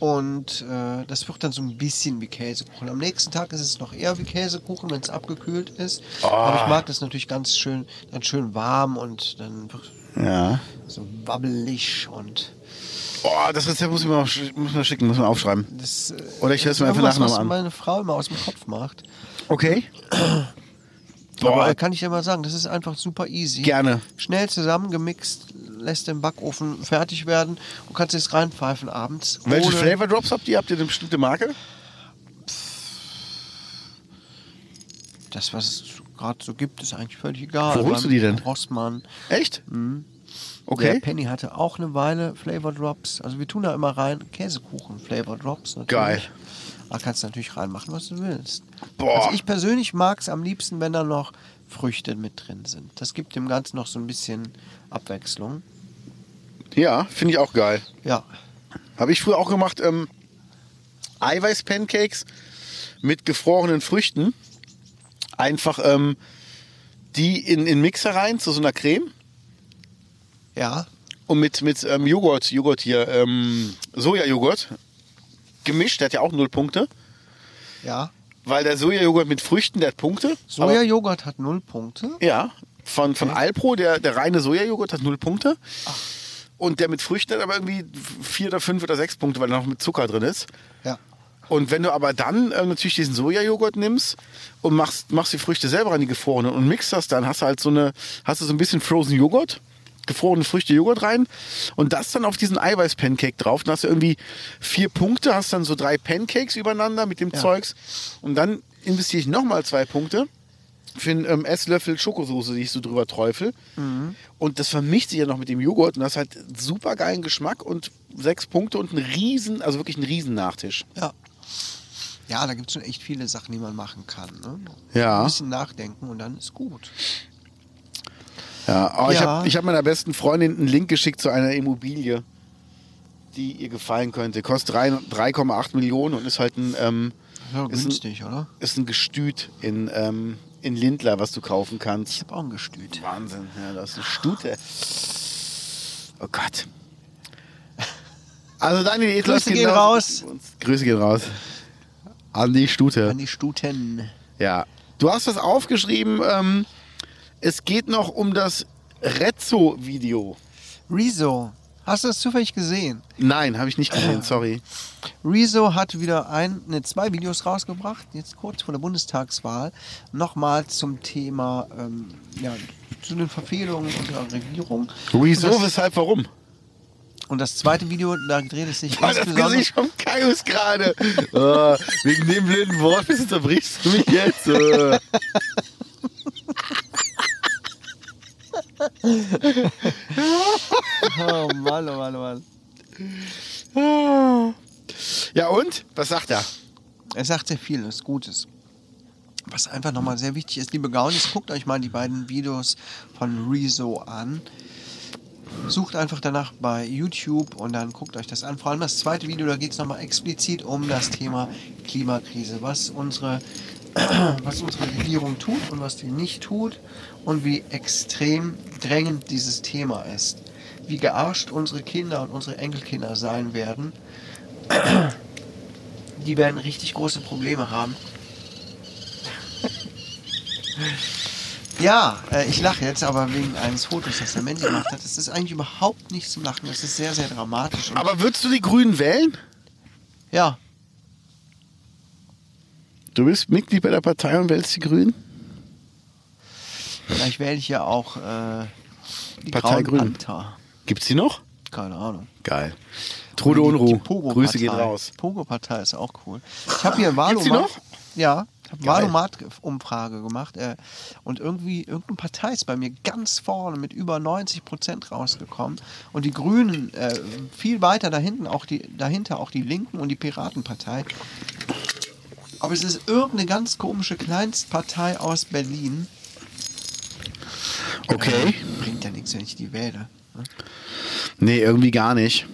[SPEAKER 2] Und äh, das wird dann so ein bisschen wie Käsekuchen. Am nächsten Tag ist es noch eher wie Käsekuchen, wenn es abgekühlt ist. Aber
[SPEAKER 1] Ah.
[SPEAKER 2] ich mag das natürlich ganz schön, dann schön warm und dann wird
[SPEAKER 1] Ja.
[SPEAKER 2] so wabbelig und
[SPEAKER 1] Boah, das Rezept muss ich mal, aufsch- muss man schicken, muss man aufschreiben.
[SPEAKER 2] das. äh,
[SPEAKER 1] Oder ich hör's mir einfach
[SPEAKER 2] irgendwas,
[SPEAKER 1] nachher noch
[SPEAKER 2] was
[SPEAKER 1] an.
[SPEAKER 2] meine Frau immer aus dem Kopf macht.
[SPEAKER 1] Okay.
[SPEAKER 2] Aber
[SPEAKER 1] Boah,
[SPEAKER 2] äh, kann ich dir mal sagen, das ist einfach super easy.
[SPEAKER 1] Gerne.
[SPEAKER 2] Schnell zusammengemixt, lässt den Backofen fertig werden und kannst es reinpfeifen abends.
[SPEAKER 1] welche
[SPEAKER 2] ohne-
[SPEAKER 1] Flavor Drops habt ihr? Habt ihr eine bestimmte Marke?
[SPEAKER 2] Das, was es gerade so gibt, ist eigentlich völlig egal.
[SPEAKER 1] Wo holst du
[SPEAKER 2] Beim
[SPEAKER 1] die denn?
[SPEAKER 2] Rossmann.
[SPEAKER 1] Echt?
[SPEAKER 2] Der
[SPEAKER 1] Okay.
[SPEAKER 2] Penny hatte auch eine Weile Flavor Drops. Also wir tun da immer rein Käsekuchen Flavor Drops. Natürlich.
[SPEAKER 1] Geil.
[SPEAKER 2] Da kannst du natürlich reinmachen, was du willst.
[SPEAKER 1] Boah.
[SPEAKER 2] Also ich persönlich mag es am liebsten, wenn da noch Früchte mit drin sind. Das gibt dem Ganzen noch so ein bisschen Abwechslung.
[SPEAKER 1] Ja, finde ich auch geil.
[SPEAKER 2] Ja,
[SPEAKER 1] Habe ich früher auch gemacht, ähm, Eiweiß-Pancakes mit gefrorenen Früchten. Einfach ähm, die in in Mixer rein zu so einer Creme.
[SPEAKER 2] ja.
[SPEAKER 1] Und mit, mit ähm, Joghurt, Joghurt hier, ähm, Sojajoghurt gemischt, der hat ja auch null Punkte.
[SPEAKER 2] Ja.
[SPEAKER 1] Weil der Sojajoghurt mit Früchten, der hat Punkte. Aber-
[SPEAKER 2] Sojajoghurt hat null Punkte.
[SPEAKER 1] Ja, von, von Alpro, der, der reine Sojajoghurt hat null Punkte. Und der mit Früchten hat aber irgendwie vier oder fünf oder sechs Punkte, weil er noch mit Zucker drin ist.
[SPEAKER 2] Ja.
[SPEAKER 1] Und wenn du aber dann äh, natürlich diesen Sojajoghurt nimmst und machst, machst die Früchte selber an die gefrorenen und mixt das dann, hast du halt so eine, hast du so ein bisschen Frozen Joghurt, gefrorene Früchte Joghurt rein und das dann auf diesen Eiweiß-Pancake drauf. Dann hast du irgendwie vier Punkte, hast dann so drei Pancakes übereinander mit dem Zeugs und dann investiere ich nochmal zwei Punkte für einen ähm, Esslöffel Schokosoße, die ich so drüber träufel. Und das vermischt sich ja noch mit dem Joghurt und das hat super geilen Geschmack und sechs Punkte und einen riesen, also wirklich einen riesen Nachtisch.
[SPEAKER 2] Ja. Ja, da gibt es schon echt viele Sachen, die man machen kann. Ne?
[SPEAKER 1] Ja.
[SPEAKER 2] Ein bisschen nachdenken und dann ist gut.
[SPEAKER 1] Ja, aber ich
[SPEAKER 2] Ja.
[SPEAKER 1] habe ich hab meiner besten Freundin einen Link geschickt zu einer Immobilie, die ihr gefallen könnte. Kostet drei- 3,8 Millionen und ist halt ein, ähm,
[SPEAKER 2] Ja,
[SPEAKER 1] ist ein,
[SPEAKER 2] günstig, oder?
[SPEAKER 1] ist ein Gestüt in, ähm, in Lindler, was du kaufen
[SPEAKER 2] Ich
[SPEAKER 1] kannst.
[SPEAKER 2] habe auch ein Gestüt.
[SPEAKER 1] Wahnsinn, ja, das ist eine Stute. Oh Gott. Also deine Diät
[SPEAKER 2] Grüße
[SPEAKER 1] läuft
[SPEAKER 2] gehen
[SPEAKER 1] genau-
[SPEAKER 2] raus.
[SPEAKER 1] Grüße gehen raus. An die Stute.
[SPEAKER 2] An die Stuten.
[SPEAKER 1] Ja. Du hast was aufgeschrieben. Ähm, es geht noch um das Rezzo-Video.
[SPEAKER 2] Rezo. Hast du das zufällig gesehen?
[SPEAKER 1] Nein, habe ich nicht gesehen, sorry.
[SPEAKER 2] Rezo hat wieder ein, ne, zwei Videos rausgebracht, jetzt kurz vor der Bundestagswahl, nochmal zum Thema, ähm, ja, zu den Verfehlungen unserer Regierung.
[SPEAKER 1] Wieso,
[SPEAKER 2] Und das,
[SPEAKER 1] weshalb, warum?
[SPEAKER 2] und das zweite Video, da dreht es sich
[SPEAKER 1] War das
[SPEAKER 2] insbesondere...
[SPEAKER 1] Gesicht vom Kaius gerade. oh, wegen dem blöden Wort bist du zerbrichst du mich jetzt. Äh.
[SPEAKER 2] Oh Mann, oh Mann, oh Mann.
[SPEAKER 1] Ja und? Was sagt er?
[SPEAKER 2] Er sagt sehr vieles Gutes. Was einfach nochmal sehr wichtig ist, liebe Gaunis, guckt euch mal die beiden Videos von Rezo an. Sucht einfach danach bei YouTube und dann guckt euch das an. Vor allem das zweite Video, da geht es nochmal explizit um das Thema Klimakrise. Was unsere, was unsere Regierung tut und was die nicht tut und wie extrem drängend dieses Thema ist. Wie gearscht unsere Kinder und unsere Enkelkinder sein werden die werden richtig große Probleme haben. Ja, äh, ich lache jetzt aber wegen eines Fotos, das der Mensch gemacht hat. Das ist eigentlich überhaupt nicht zum Lachen. Das ist sehr, sehr dramatisch. Und
[SPEAKER 1] Aber würdest du die Grünen wählen?
[SPEAKER 2] ja,
[SPEAKER 1] Du bist Mitglied bei der Partei und wählst die Grünen?
[SPEAKER 2] vielleicht wähle ich ja auch äh, die
[SPEAKER 1] Partei
[SPEAKER 2] Grauen
[SPEAKER 1] Grün.
[SPEAKER 2] Panther.
[SPEAKER 1] Gibt's die noch?
[SPEAKER 2] Keine Ahnung.
[SPEAKER 1] Geil. Trude
[SPEAKER 2] Oder die- die
[SPEAKER 1] Unruh.
[SPEAKER 2] Pogo-Partei.
[SPEAKER 1] Grüße gehen raus.
[SPEAKER 2] Pogo-Partei ist auch cool. Ich habe
[SPEAKER 1] Gibt's
[SPEAKER 2] hier
[SPEAKER 1] die
[SPEAKER 2] Wahlomat.
[SPEAKER 1] noch?
[SPEAKER 2] Ja, ich habe
[SPEAKER 1] Geil.
[SPEAKER 2] Wahlomat-Umfrage gemacht. Äh, und irgendwie, irgendeine Partei ist bei mir ganz vorne mit über 90 Prozent rausgekommen. Und die Grünen äh, viel weiter dahinten, auch die, dahinter auch die Linken und die Piratenpartei. Aber es ist irgendeine ganz komische Kleinstpartei aus Berlin. Äh,
[SPEAKER 1] Okay.
[SPEAKER 2] Bringt ja nichts, wenn ich die wähle. ne?
[SPEAKER 1] Nee, irgendwie gar nicht.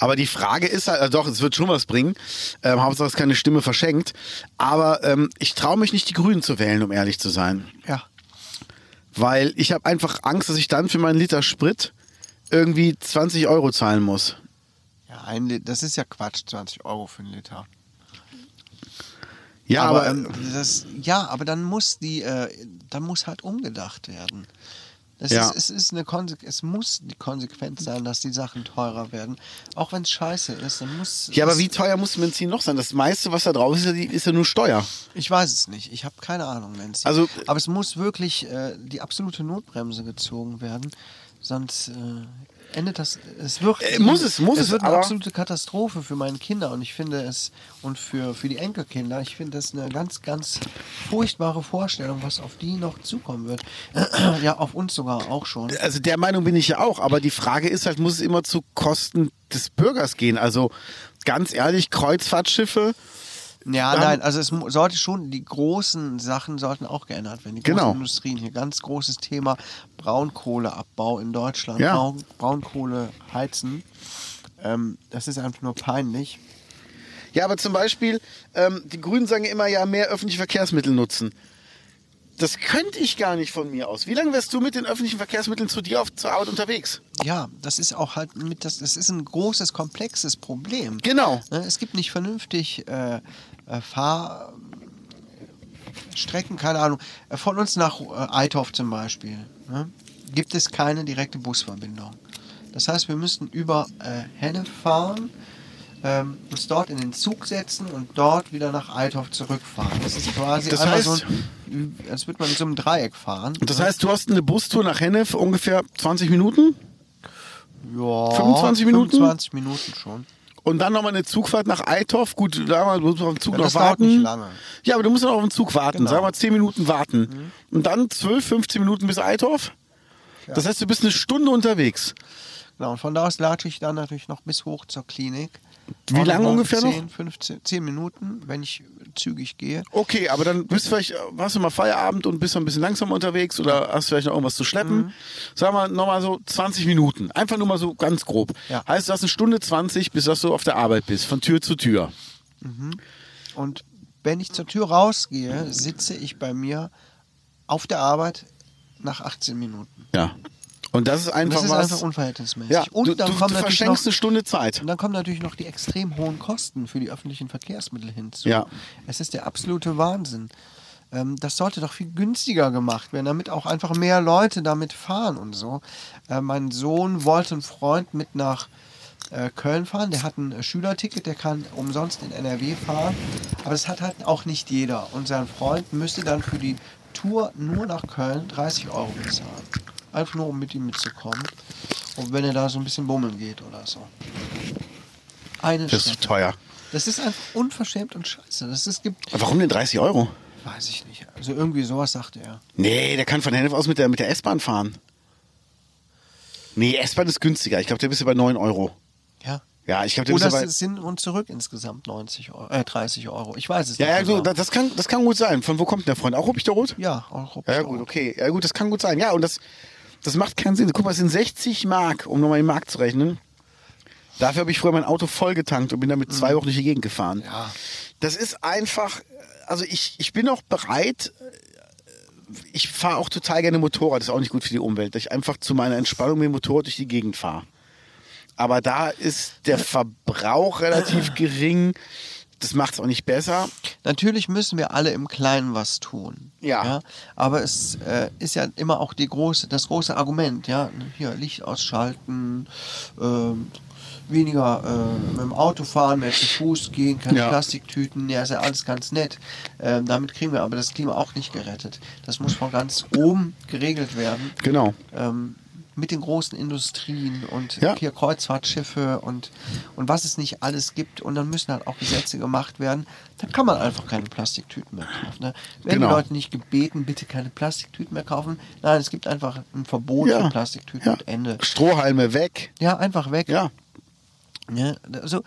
[SPEAKER 1] Aber die Frage ist halt, äh, doch, es wird schon was bringen. Ähm, Hauptsache, es ist keine Stimme verschenkt. Aber ähm, ich traue mich nicht, die Grünen zu wählen, um ehrlich zu sein.
[SPEAKER 2] Ja.
[SPEAKER 1] Weil ich habe einfach Angst, dass ich dann für meinen Liter Sprit irgendwie 20 Euro zahlen muss.
[SPEAKER 2] Ja, ein Lit das ist ja Quatsch, 20 Euro für einen Liter.
[SPEAKER 1] Ja, aber,
[SPEAKER 2] ähm,
[SPEAKER 1] ähm,
[SPEAKER 2] das, ja, aber dann muss die, äh, dann muss halt umgedacht werden. Das
[SPEAKER 1] Ja.
[SPEAKER 2] ist, es ist eine Konse es muss die Konsequenz sein, dass die Sachen teurer werden. Auch wenn es scheiße ist, dann muss.
[SPEAKER 1] ja, aber
[SPEAKER 2] es-
[SPEAKER 1] wie teuer muss Benzin noch sein? Das meiste, was da drauf ist, ist ja die- ist ja nur Steuer.
[SPEAKER 2] Ich weiß es nicht. Ich habe keine Ahnung, Nancy.
[SPEAKER 1] Also-
[SPEAKER 2] aber es muss wirklich äh, die absolute Notbremse gezogen werden, sonst äh, endet das. Es wird.
[SPEAKER 1] Äh, muss es, muss es,
[SPEAKER 2] wird eine
[SPEAKER 1] aber-
[SPEAKER 2] absolute Katastrophe für meine Kinder und ich finde es und für für die Enkelkinder. Ich finde das eine ganz, ganz furchtbare Vorstellung, was auf die noch zukommen wird. ja, auf uns sogar auch schon.
[SPEAKER 1] also der Meinung bin ich ja auch, aber die Frage ist halt, muss es immer zu Kosten des Bürgers gehen? Also ganz ehrlich, Kreuzfahrtschiffe,
[SPEAKER 2] Ja,
[SPEAKER 1] Dann-
[SPEAKER 2] nein, also es mu- sollte schon, die großen Sachen sollten auch geändert werden. Die
[SPEAKER 1] Genau.
[SPEAKER 2] großen Industrien hier, ganz großes Thema Braunkohleabbau in Deutschland,
[SPEAKER 1] Ja.
[SPEAKER 2] Braun, Braunkohle heizen. Ähm, das ist einfach nur peinlich.
[SPEAKER 1] Ja, aber zum Beispiel, ähm, die Grünen sagen immer ja mehr öffentliche Verkehrsmittel nutzen. Das könnte ich gar nicht von mir aus. Wie lange wärst du mit den öffentlichen Verkehrsmitteln zu dir auf, zur Arbeit unterwegs?
[SPEAKER 2] Ja, das ist auch halt mit, das, das ist ein großes, komplexes Problem.
[SPEAKER 1] Genau.
[SPEAKER 2] Ne, Es gibt nicht vernünftig äh, äh, Fahrstrecken, keine Ahnung. Äh, Von uns nach äh, Eitorf zum Beispiel ne, gibt es keine direkte Busverbindung. Das heißt, wir müssen über äh, Henne fahren, ähm, uns dort in den Zug setzen und dort wieder nach Eitorf zurückfahren. Das ist quasi
[SPEAKER 1] Das
[SPEAKER 2] einmal
[SPEAKER 1] heißt-
[SPEAKER 2] so ein, als würde man in so einem Dreieck fahren.
[SPEAKER 1] Das heißt, du hast eine Bustour nach Hennef ungefähr 20 Minuten
[SPEAKER 2] ja,
[SPEAKER 1] 25 Minuten?
[SPEAKER 2] 25 Minuten schon.
[SPEAKER 1] und dann nochmal eine Zugfahrt nach Eitorf. Gut, da musst du auf den Zug
[SPEAKER 2] Ja,
[SPEAKER 1] noch
[SPEAKER 2] das dauert
[SPEAKER 1] warten.
[SPEAKER 2] nicht lange.
[SPEAKER 1] Ja, aber du musst noch auf den Zug warten.
[SPEAKER 2] Genau. Mhm.
[SPEAKER 1] Sag mal 10 Minuten warten. Und dann 12, 15 Minuten bis Eitorf. Das heißt, du bist eine Stunde unterwegs.
[SPEAKER 2] Genau, und von da aus latsche ich dann natürlich noch bis hoch zur Klinik.
[SPEAKER 1] Wie
[SPEAKER 2] Auch
[SPEAKER 1] lange
[SPEAKER 2] noch
[SPEAKER 1] ungefähr noch?
[SPEAKER 2] 10, 15, 10 Minuten, wenn ich zügig gehe.
[SPEAKER 1] Okay, aber dann bist du vielleicht, äh, hast du mal Feierabend und bist noch ein bisschen langsamer unterwegs oder hast vielleicht noch irgendwas zu
[SPEAKER 2] Mhm.
[SPEAKER 1] schleppen. Sag mal nochmal so 20 Minuten. Einfach nur mal so ganz grob.
[SPEAKER 2] Ja.
[SPEAKER 1] Heißt, du hast eine Stunde 20, bis dass du auf der Arbeit bist, von Tür zu Tür.
[SPEAKER 2] Und wenn ich zur Tür rausgehe, sitze ich bei mir auf der Arbeit nach 18 Minuten.
[SPEAKER 1] Ja. Und das ist
[SPEAKER 2] Und
[SPEAKER 1] einfach
[SPEAKER 2] das ist
[SPEAKER 1] was.
[SPEAKER 2] einfach unverhältnismäßig.
[SPEAKER 1] ja,
[SPEAKER 2] und
[SPEAKER 1] du,
[SPEAKER 2] dann
[SPEAKER 1] du,
[SPEAKER 2] kommen
[SPEAKER 1] du
[SPEAKER 2] natürlich
[SPEAKER 1] verschenkst
[SPEAKER 2] noch,
[SPEAKER 1] eine Stunde Zeit.
[SPEAKER 2] und dann kommen natürlich noch die extrem hohen Kosten für die öffentlichen Verkehrsmittel hinzu.
[SPEAKER 1] Ja.
[SPEAKER 2] Es ist der absolute Wahnsinn. Ähm, das sollte doch viel günstiger gemacht werden, damit auch einfach mehr Leute damit fahren und so. Äh, mein Sohn wollte einen Freund mit nach äh, Köln fahren, der hat ein äh, Schülerticket, der kann umsonst in NRW fahren, aber das hat halt auch nicht jeder. Und sein Freund müsste dann für die Tour nur nach Köln 30 Euro bezahlen. Einfach nur, um mit ihm mitzukommen. Und wenn er da so ein bisschen bummeln geht oder so. Eine
[SPEAKER 1] Das ist
[SPEAKER 2] Stadt.
[SPEAKER 1] teuer.
[SPEAKER 2] Das ist einfach unverschämt und scheiße. Das ist, gibt,
[SPEAKER 1] Warum denn 30 Euro?
[SPEAKER 2] weiß ich nicht. Also irgendwie sowas sagte er.
[SPEAKER 1] Nee, der kann von Hennef aus mit der, mit der S-Bahn fahren. Nee, S-Bahn ist günstiger. Ich glaube, der bist du bei 9 Euro.
[SPEAKER 2] Ja.
[SPEAKER 1] Ja, ich glaube, der bist
[SPEAKER 2] Oder
[SPEAKER 1] du
[SPEAKER 2] es
[SPEAKER 1] bei.
[SPEAKER 2] ist hin und zurück insgesamt 90 Euro, äh, 30 Euro. Ich weiß es
[SPEAKER 1] Ja,
[SPEAKER 2] nicht.
[SPEAKER 1] ja, so,
[SPEAKER 2] genau.
[SPEAKER 1] das, das, kann, das kann gut sein. Von wo kommt denn der Freund? Auch Rot?
[SPEAKER 2] ja, auch
[SPEAKER 1] Ja, ja, gut, okay. Ja, gut, das kann gut sein. Ja, und das, das macht keinen Sinn. Guck mal, es sind 60 Mark, um nochmal in Mark zu rechnen. Dafür habe ich früher mein Auto vollgetankt und bin damit zwei Wochen durch die Gegend gefahren.
[SPEAKER 2] Mhm. Ja.
[SPEAKER 1] Das ist einfach, also ich, ich bin auch bereit, ich fahre auch total gerne Motorrad, das ist auch nicht gut für die Umwelt, dass ich einfach zu meiner Entspannung mit dem Motorrad durch die Gegend fahre. Aber da ist
[SPEAKER 2] Äh.
[SPEAKER 1] der Verbrauch relativ gering. Das macht es auch nicht besser.
[SPEAKER 2] Natürlich müssen wir alle im Kleinen was tun.
[SPEAKER 1] Ja.
[SPEAKER 2] aber es äh, ist ja immer auch die große, das große Argument, ja. Hier, Licht ausschalten, ähm, weniger äh, mit dem Auto fahren, mehr zu Fuß gehen, keine
[SPEAKER 1] Ja.
[SPEAKER 2] Plastiktüten, ja, ist ja alles ganz nett. Ähm, damit kriegen wir aber das Klima auch nicht gerettet. Das muss von ganz oben geregelt werden.
[SPEAKER 1] Genau.
[SPEAKER 2] ähm, mit den großen Industrien und
[SPEAKER 1] Ja.
[SPEAKER 2] hier Kreuzfahrtschiffe und, und was es nicht alles gibt. Und dann müssen halt auch Gesetze gemacht werden. Dann kann man einfach keine Plastiktüten mehr kaufen. Ne? Werden
[SPEAKER 1] Genau.
[SPEAKER 2] die Leute nicht gebeten, bitte keine Plastiktüten mehr kaufen? Nein, es gibt einfach ein Verbot
[SPEAKER 1] Ja.
[SPEAKER 2] für Plastiktüten
[SPEAKER 1] Ja.
[SPEAKER 2] und Ende.
[SPEAKER 1] Strohhalme weg.
[SPEAKER 2] Ja, einfach weg.
[SPEAKER 1] Ja.
[SPEAKER 2] Ne? Also,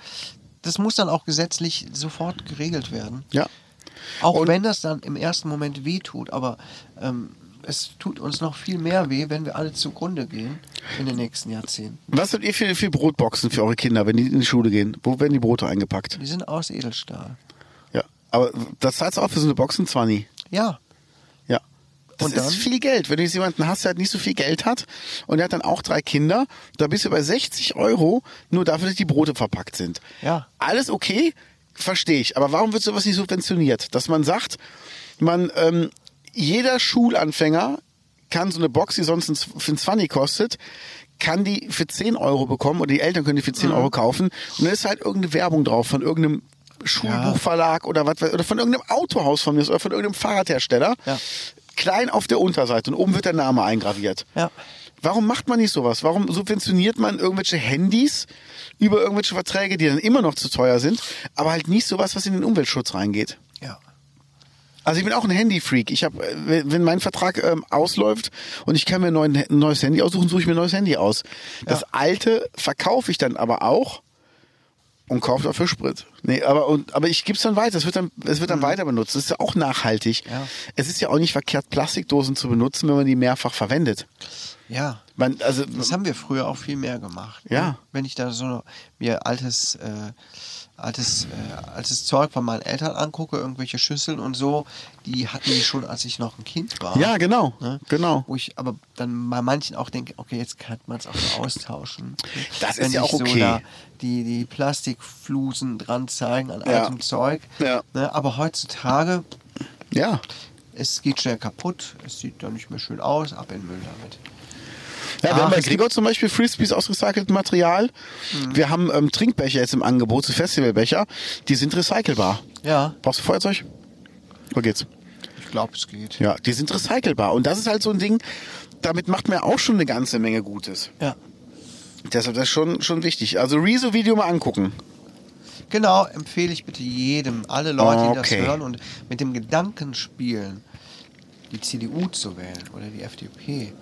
[SPEAKER 2] das muss dann auch gesetzlich sofort geregelt werden.
[SPEAKER 1] Ja.
[SPEAKER 2] Auch
[SPEAKER 1] Und-
[SPEAKER 2] wenn das dann im ersten Moment weh tut, aber ähm, es tut uns noch viel mehr weh, wenn wir alle zugrunde gehen in den nächsten Jahrzehnten.
[SPEAKER 1] Was habt ihr für, für Brotboxen für eure Kinder, wenn die in die Schule gehen? Wo werden die Brote eingepackt?
[SPEAKER 2] Die sind aus Edelstahl.
[SPEAKER 1] Ja. Aber das zahlst du auch für so eine Boxen 20.
[SPEAKER 2] Ja,
[SPEAKER 1] Ja. Das
[SPEAKER 2] Und dann?
[SPEAKER 1] ist viel Geld. Wenn du jetzt jemanden hast, der halt nicht so viel Geld hat und der hat dann auch drei Kinder, da bist du bei 60 Euro, nur dafür, dass die Brote verpackt sind.
[SPEAKER 2] Ja.
[SPEAKER 1] Alles okay, verstehe ich. Aber warum wird sowas nicht subventioniert? Dass man sagt, man, ähm, jeder Schulanfänger kann so eine Box, die sonst ein Z- für ein 20 kostet, kann die für 10 Euro bekommen oder die Eltern können die für 10 Euro kaufen und dann ist halt irgendeine Werbung drauf von irgendeinem Schulbuchverlag oder was weiß- oder von irgendeinem Autohaus von mir aus oder von irgendeinem Fahrradhersteller
[SPEAKER 2] Ja.
[SPEAKER 1] klein auf der Unterseite und oben wird der Name eingraviert.
[SPEAKER 2] Ja.
[SPEAKER 1] Warum macht man nicht sowas? Warum subventioniert man irgendwelche Handys über irgendwelche Verträge, die dann immer noch zu teuer sind, aber halt nicht sowas, was in den Umweltschutz reingeht?
[SPEAKER 2] ja.
[SPEAKER 1] Also ich bin auch ein Handy-Freak. Ich habe, wenn wenn mein Vertrag ähm, ausläuft und ich kann mir neuen, ein neues Handy aussuchen, suche ich mir ein neues Handy aus. Das alte verkaufe ich dann aber auch und kaufe dafür Sprit. Nee, aber, und, aber ich gebe es dann weiter. Es wird dann, es wird dann weiter benutzt. Das ist ja auch nachhaltig.
[SPEAKER 2] Mhm. Ja.
[SPEAKER 1] Es ist ja auch nicht verkehrt, Plastikdosen zu benutzen, wenn man die mehrfach verwendet.
[SPEAKER 2] Ja.
[SPEAKER 1] Man, also,
[SPEAKER 2] ne? Das haben wir früher auch viel mehr gemacht.
[SPEAKER 1] Ja.
[SPEAKER 2] Wenn ich da so mir altes äh, altes, äh, altes Zeug von meinen Eltern angucke, irgendwelche Schüsseln und so, die hatten die schon, als ich noch ein Kind war.
[SPEAKER 1] Ja, genau.
[SPEAKER 2] Ne?
[SPEAKER 1] Genau.
[SPEAKER 2] Wo ich aber dann bei manchen auch denke, okay, jetzt kann man es auch austauschen. ne?
[SPEAKER 1] Das ist ja
[SPEAKER 2] sich
[SPEAKER 1] auch okay.
[SPEAKER 2] die, die Plastikflusen dran zeigen an
[SPEAKER 1] Ja.
[SPEAKER 2] altem Zeug.
[SPEAKER 1] Ja.
[SPEAKER 2] Ne? Aber heutzutage,
[SPEAKER 1] Ja.
[SPEAKER 2] es geht schnell kaputt, es sieht dann nicht mehr schön aus, ab in den Müll damit.
[SPEAKER 1] Ja, wir
[SPEAKER 2] Ach,
[SPEAKER 1] haben bei
[SPEAKER 2] es
[SPEAKER 1] Gregor zum Beispiel Frisbees aus recyceltem Material. Wir haben ähm, Trinkbecher jetzt im Angebot, so Festivalbecher. Die sind recycelbar.
[SPEAKER 2] Ja,
[SPEAKER 1] Brauchst du Feuerzeug? Wo geht's?
[SPEAKER 2] ich glaube, es geht.
[SPEAKER 1] Ja, die sind recycelbar. Und das ist halt so ein Ding, damit macht man ja auch schon eine ganze Menge Gutes.
[SPEAKER 2] Ja.
[SPEAKER 1] Deshalb das ist schon, schon wichtig. Also Rezo-Video mal angucken.
[SPEAKER 2] Genau, empfehle ich bitte jedem, alle Leute, die das
[SPEAKER 1] Okay.
[SPEAKER 2] hören und mit dem Gedanken spielen, die CDU zu wählen oder die FDP.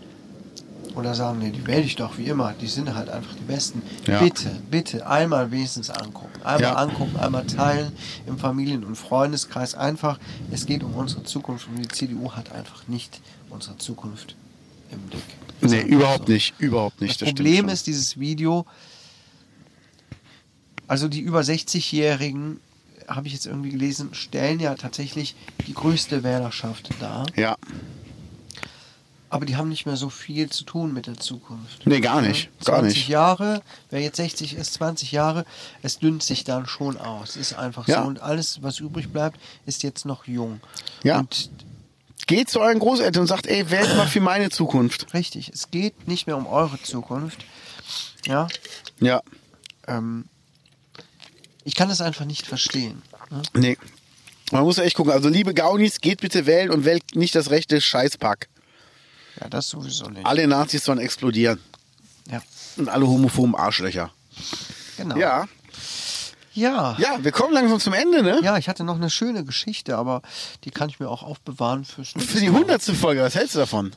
[SPEAKER 2] Oder sagen, nee, die wähle ich doch wie immer, die sind halt einfach die Besten.
[SPEAKER 1] Ja.
[SPEAKER 2] Bitte, bitte, einmal wenigstens angucken. Einmal
[SPEAKER 1] Ja.
[SPEAKER 2] angucken, einmal teilen im Familien- und Freundeskreis. Einfach, es geht um unsere Zukunft und die CDU hat einfach nicht unsere Zukunft im Blick.
[SPEAKER 1] Nee,
[SPEAKER 2] Sagen wir
[SPEAKER 1] überhaupt
[SPEAKER 2] so.
[SPEAKER 1] nicht. Überhaupt nicht.
[SPEAKER 2] Das
[SPEAKER 1] stimmt
[SPEAKER 2] Problem
[SPEAKER 1] schon.
[SPEAKER 2] ist dieses Video. Also die über 60-Jährigen, habe ich jetzt irgendwie gelesen, stellen ja tatsächlich die größte Wählerschaft dar.
[SPEAKER 1] Ja.
[SPEAKER 2] Aber die haben nicht mehr so viel zu tun mit der Zukunft.
[SPEAKER 1] Nee, gar nicht. Gar
[SPEAKER 2] 20
[SPEAKER 1] nicht.
[SPEAKER 2] Jahre, wer jetzt 60 ist, 20 Jahre, es dünnt sich dann schon aus. Ist einfach
[SPEAKER 1] Ja.
[SPEAKER 2] so. Und alles, was übrig bleibt, ist jetzt noch jung.
[SPEAKER 1] Ja.
[SPEAKER 2] Und
[SPEAKER 1] Geht zu euren Großeltern und sagt, ey, wählt mal für meine Zukunft.
[SPEAKER 2] richtig, es geht nicht mehr um eure Zukunft. Ja,
[SPEAKER 1] Ja.
[SPEAKER 2] ähm, ich kann das einfach nicht verstehen. Ne?
[SPEAKER 1] Nee. Man muss ja echt gucken. Also, liebe Gaunis, geht bitte wählen und wählt nicht das rechte Scheißpack.
[SPEAKER 2] Ja, das sowieso nicht.
[SPEAKER 1] Alle Nazis sollen explodieren.
[SPEAKER 2] Ja,
[SPEAKER 1] Und alle homophoben Arschlöcher.
[SPEAKER 2] genau.
[SPEAKER 1] Ja.
[SPEAKER 2] Ja.
[SPEAKER 1] Ja, wir kommen langsam zum Ende, ne?
[SPEAKER 2] Ja, ich hatte noch eine schöne Geschichte, aber die kann ich mir auch aufbewahren fürs
[SPEAKER 1] Für
[SPEAKER 2] nächste
[SPEAKER 1] die
[SPEAKER 2] Mal.
[SPEAKER 1] hundertste Folge, was hältst du davon?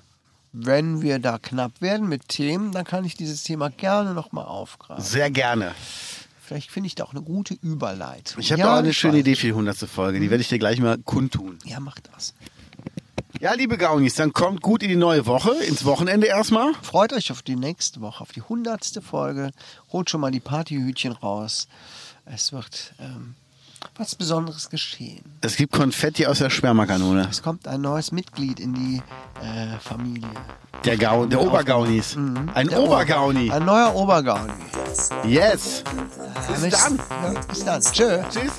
[SPEAKER 2] Wenn wir da knapp werden mit Themen, dann kann ich dieses Thema gerne nochmal aufgreifen.
[SPEAKER 1] Sehr gerne.
[SPEAKER 2] Vielleicht finde ich da auch eine gute Überleitung.
[SPEAKER 1] Ich habe
[SPEAKER 2] ja,
[SPEAKER 1] da auch eine
[SPEAKER 2] ich
[SPEAKER 1] schöne
[SPEAKER 2] weiß.
[SPEAKER 1] Idee für die hundertste Folge. Die werde ich dir gleich mal kundtun.
[SPEAKER 2] Ja, mach das.
[SPEAKER 1] Ja, liebe Gaunis, dann kommt gut in die neue Woche, ins Wochenende erstmal.
[SPEAKER 2] Freut euch auf die nächste Woche, auf die hundertste Folge. Holt schon mal die Partyhütchen raus. Es wird ähm, was Besonderes geschehen.
[SPEAKER 1] Es gibt Konfetti aus der Spermakanone.
[SPEAKER 2] Es kommt ein neues Mitglied in die äh, Familie.
[SPEAKER 1] Der, Gau der Obergaunis. Ein
[SPEAKER 2] Der
[SPEAKER 1] Obergauni.
[SPEAKER 2] Ober- Ein neuer Obergauni.
[SPEAKER 1] Yes. Bis dann.
[SPEAKER 2] Ja, bis dann. Tschö.
[SPEAKER 1] Tschüss.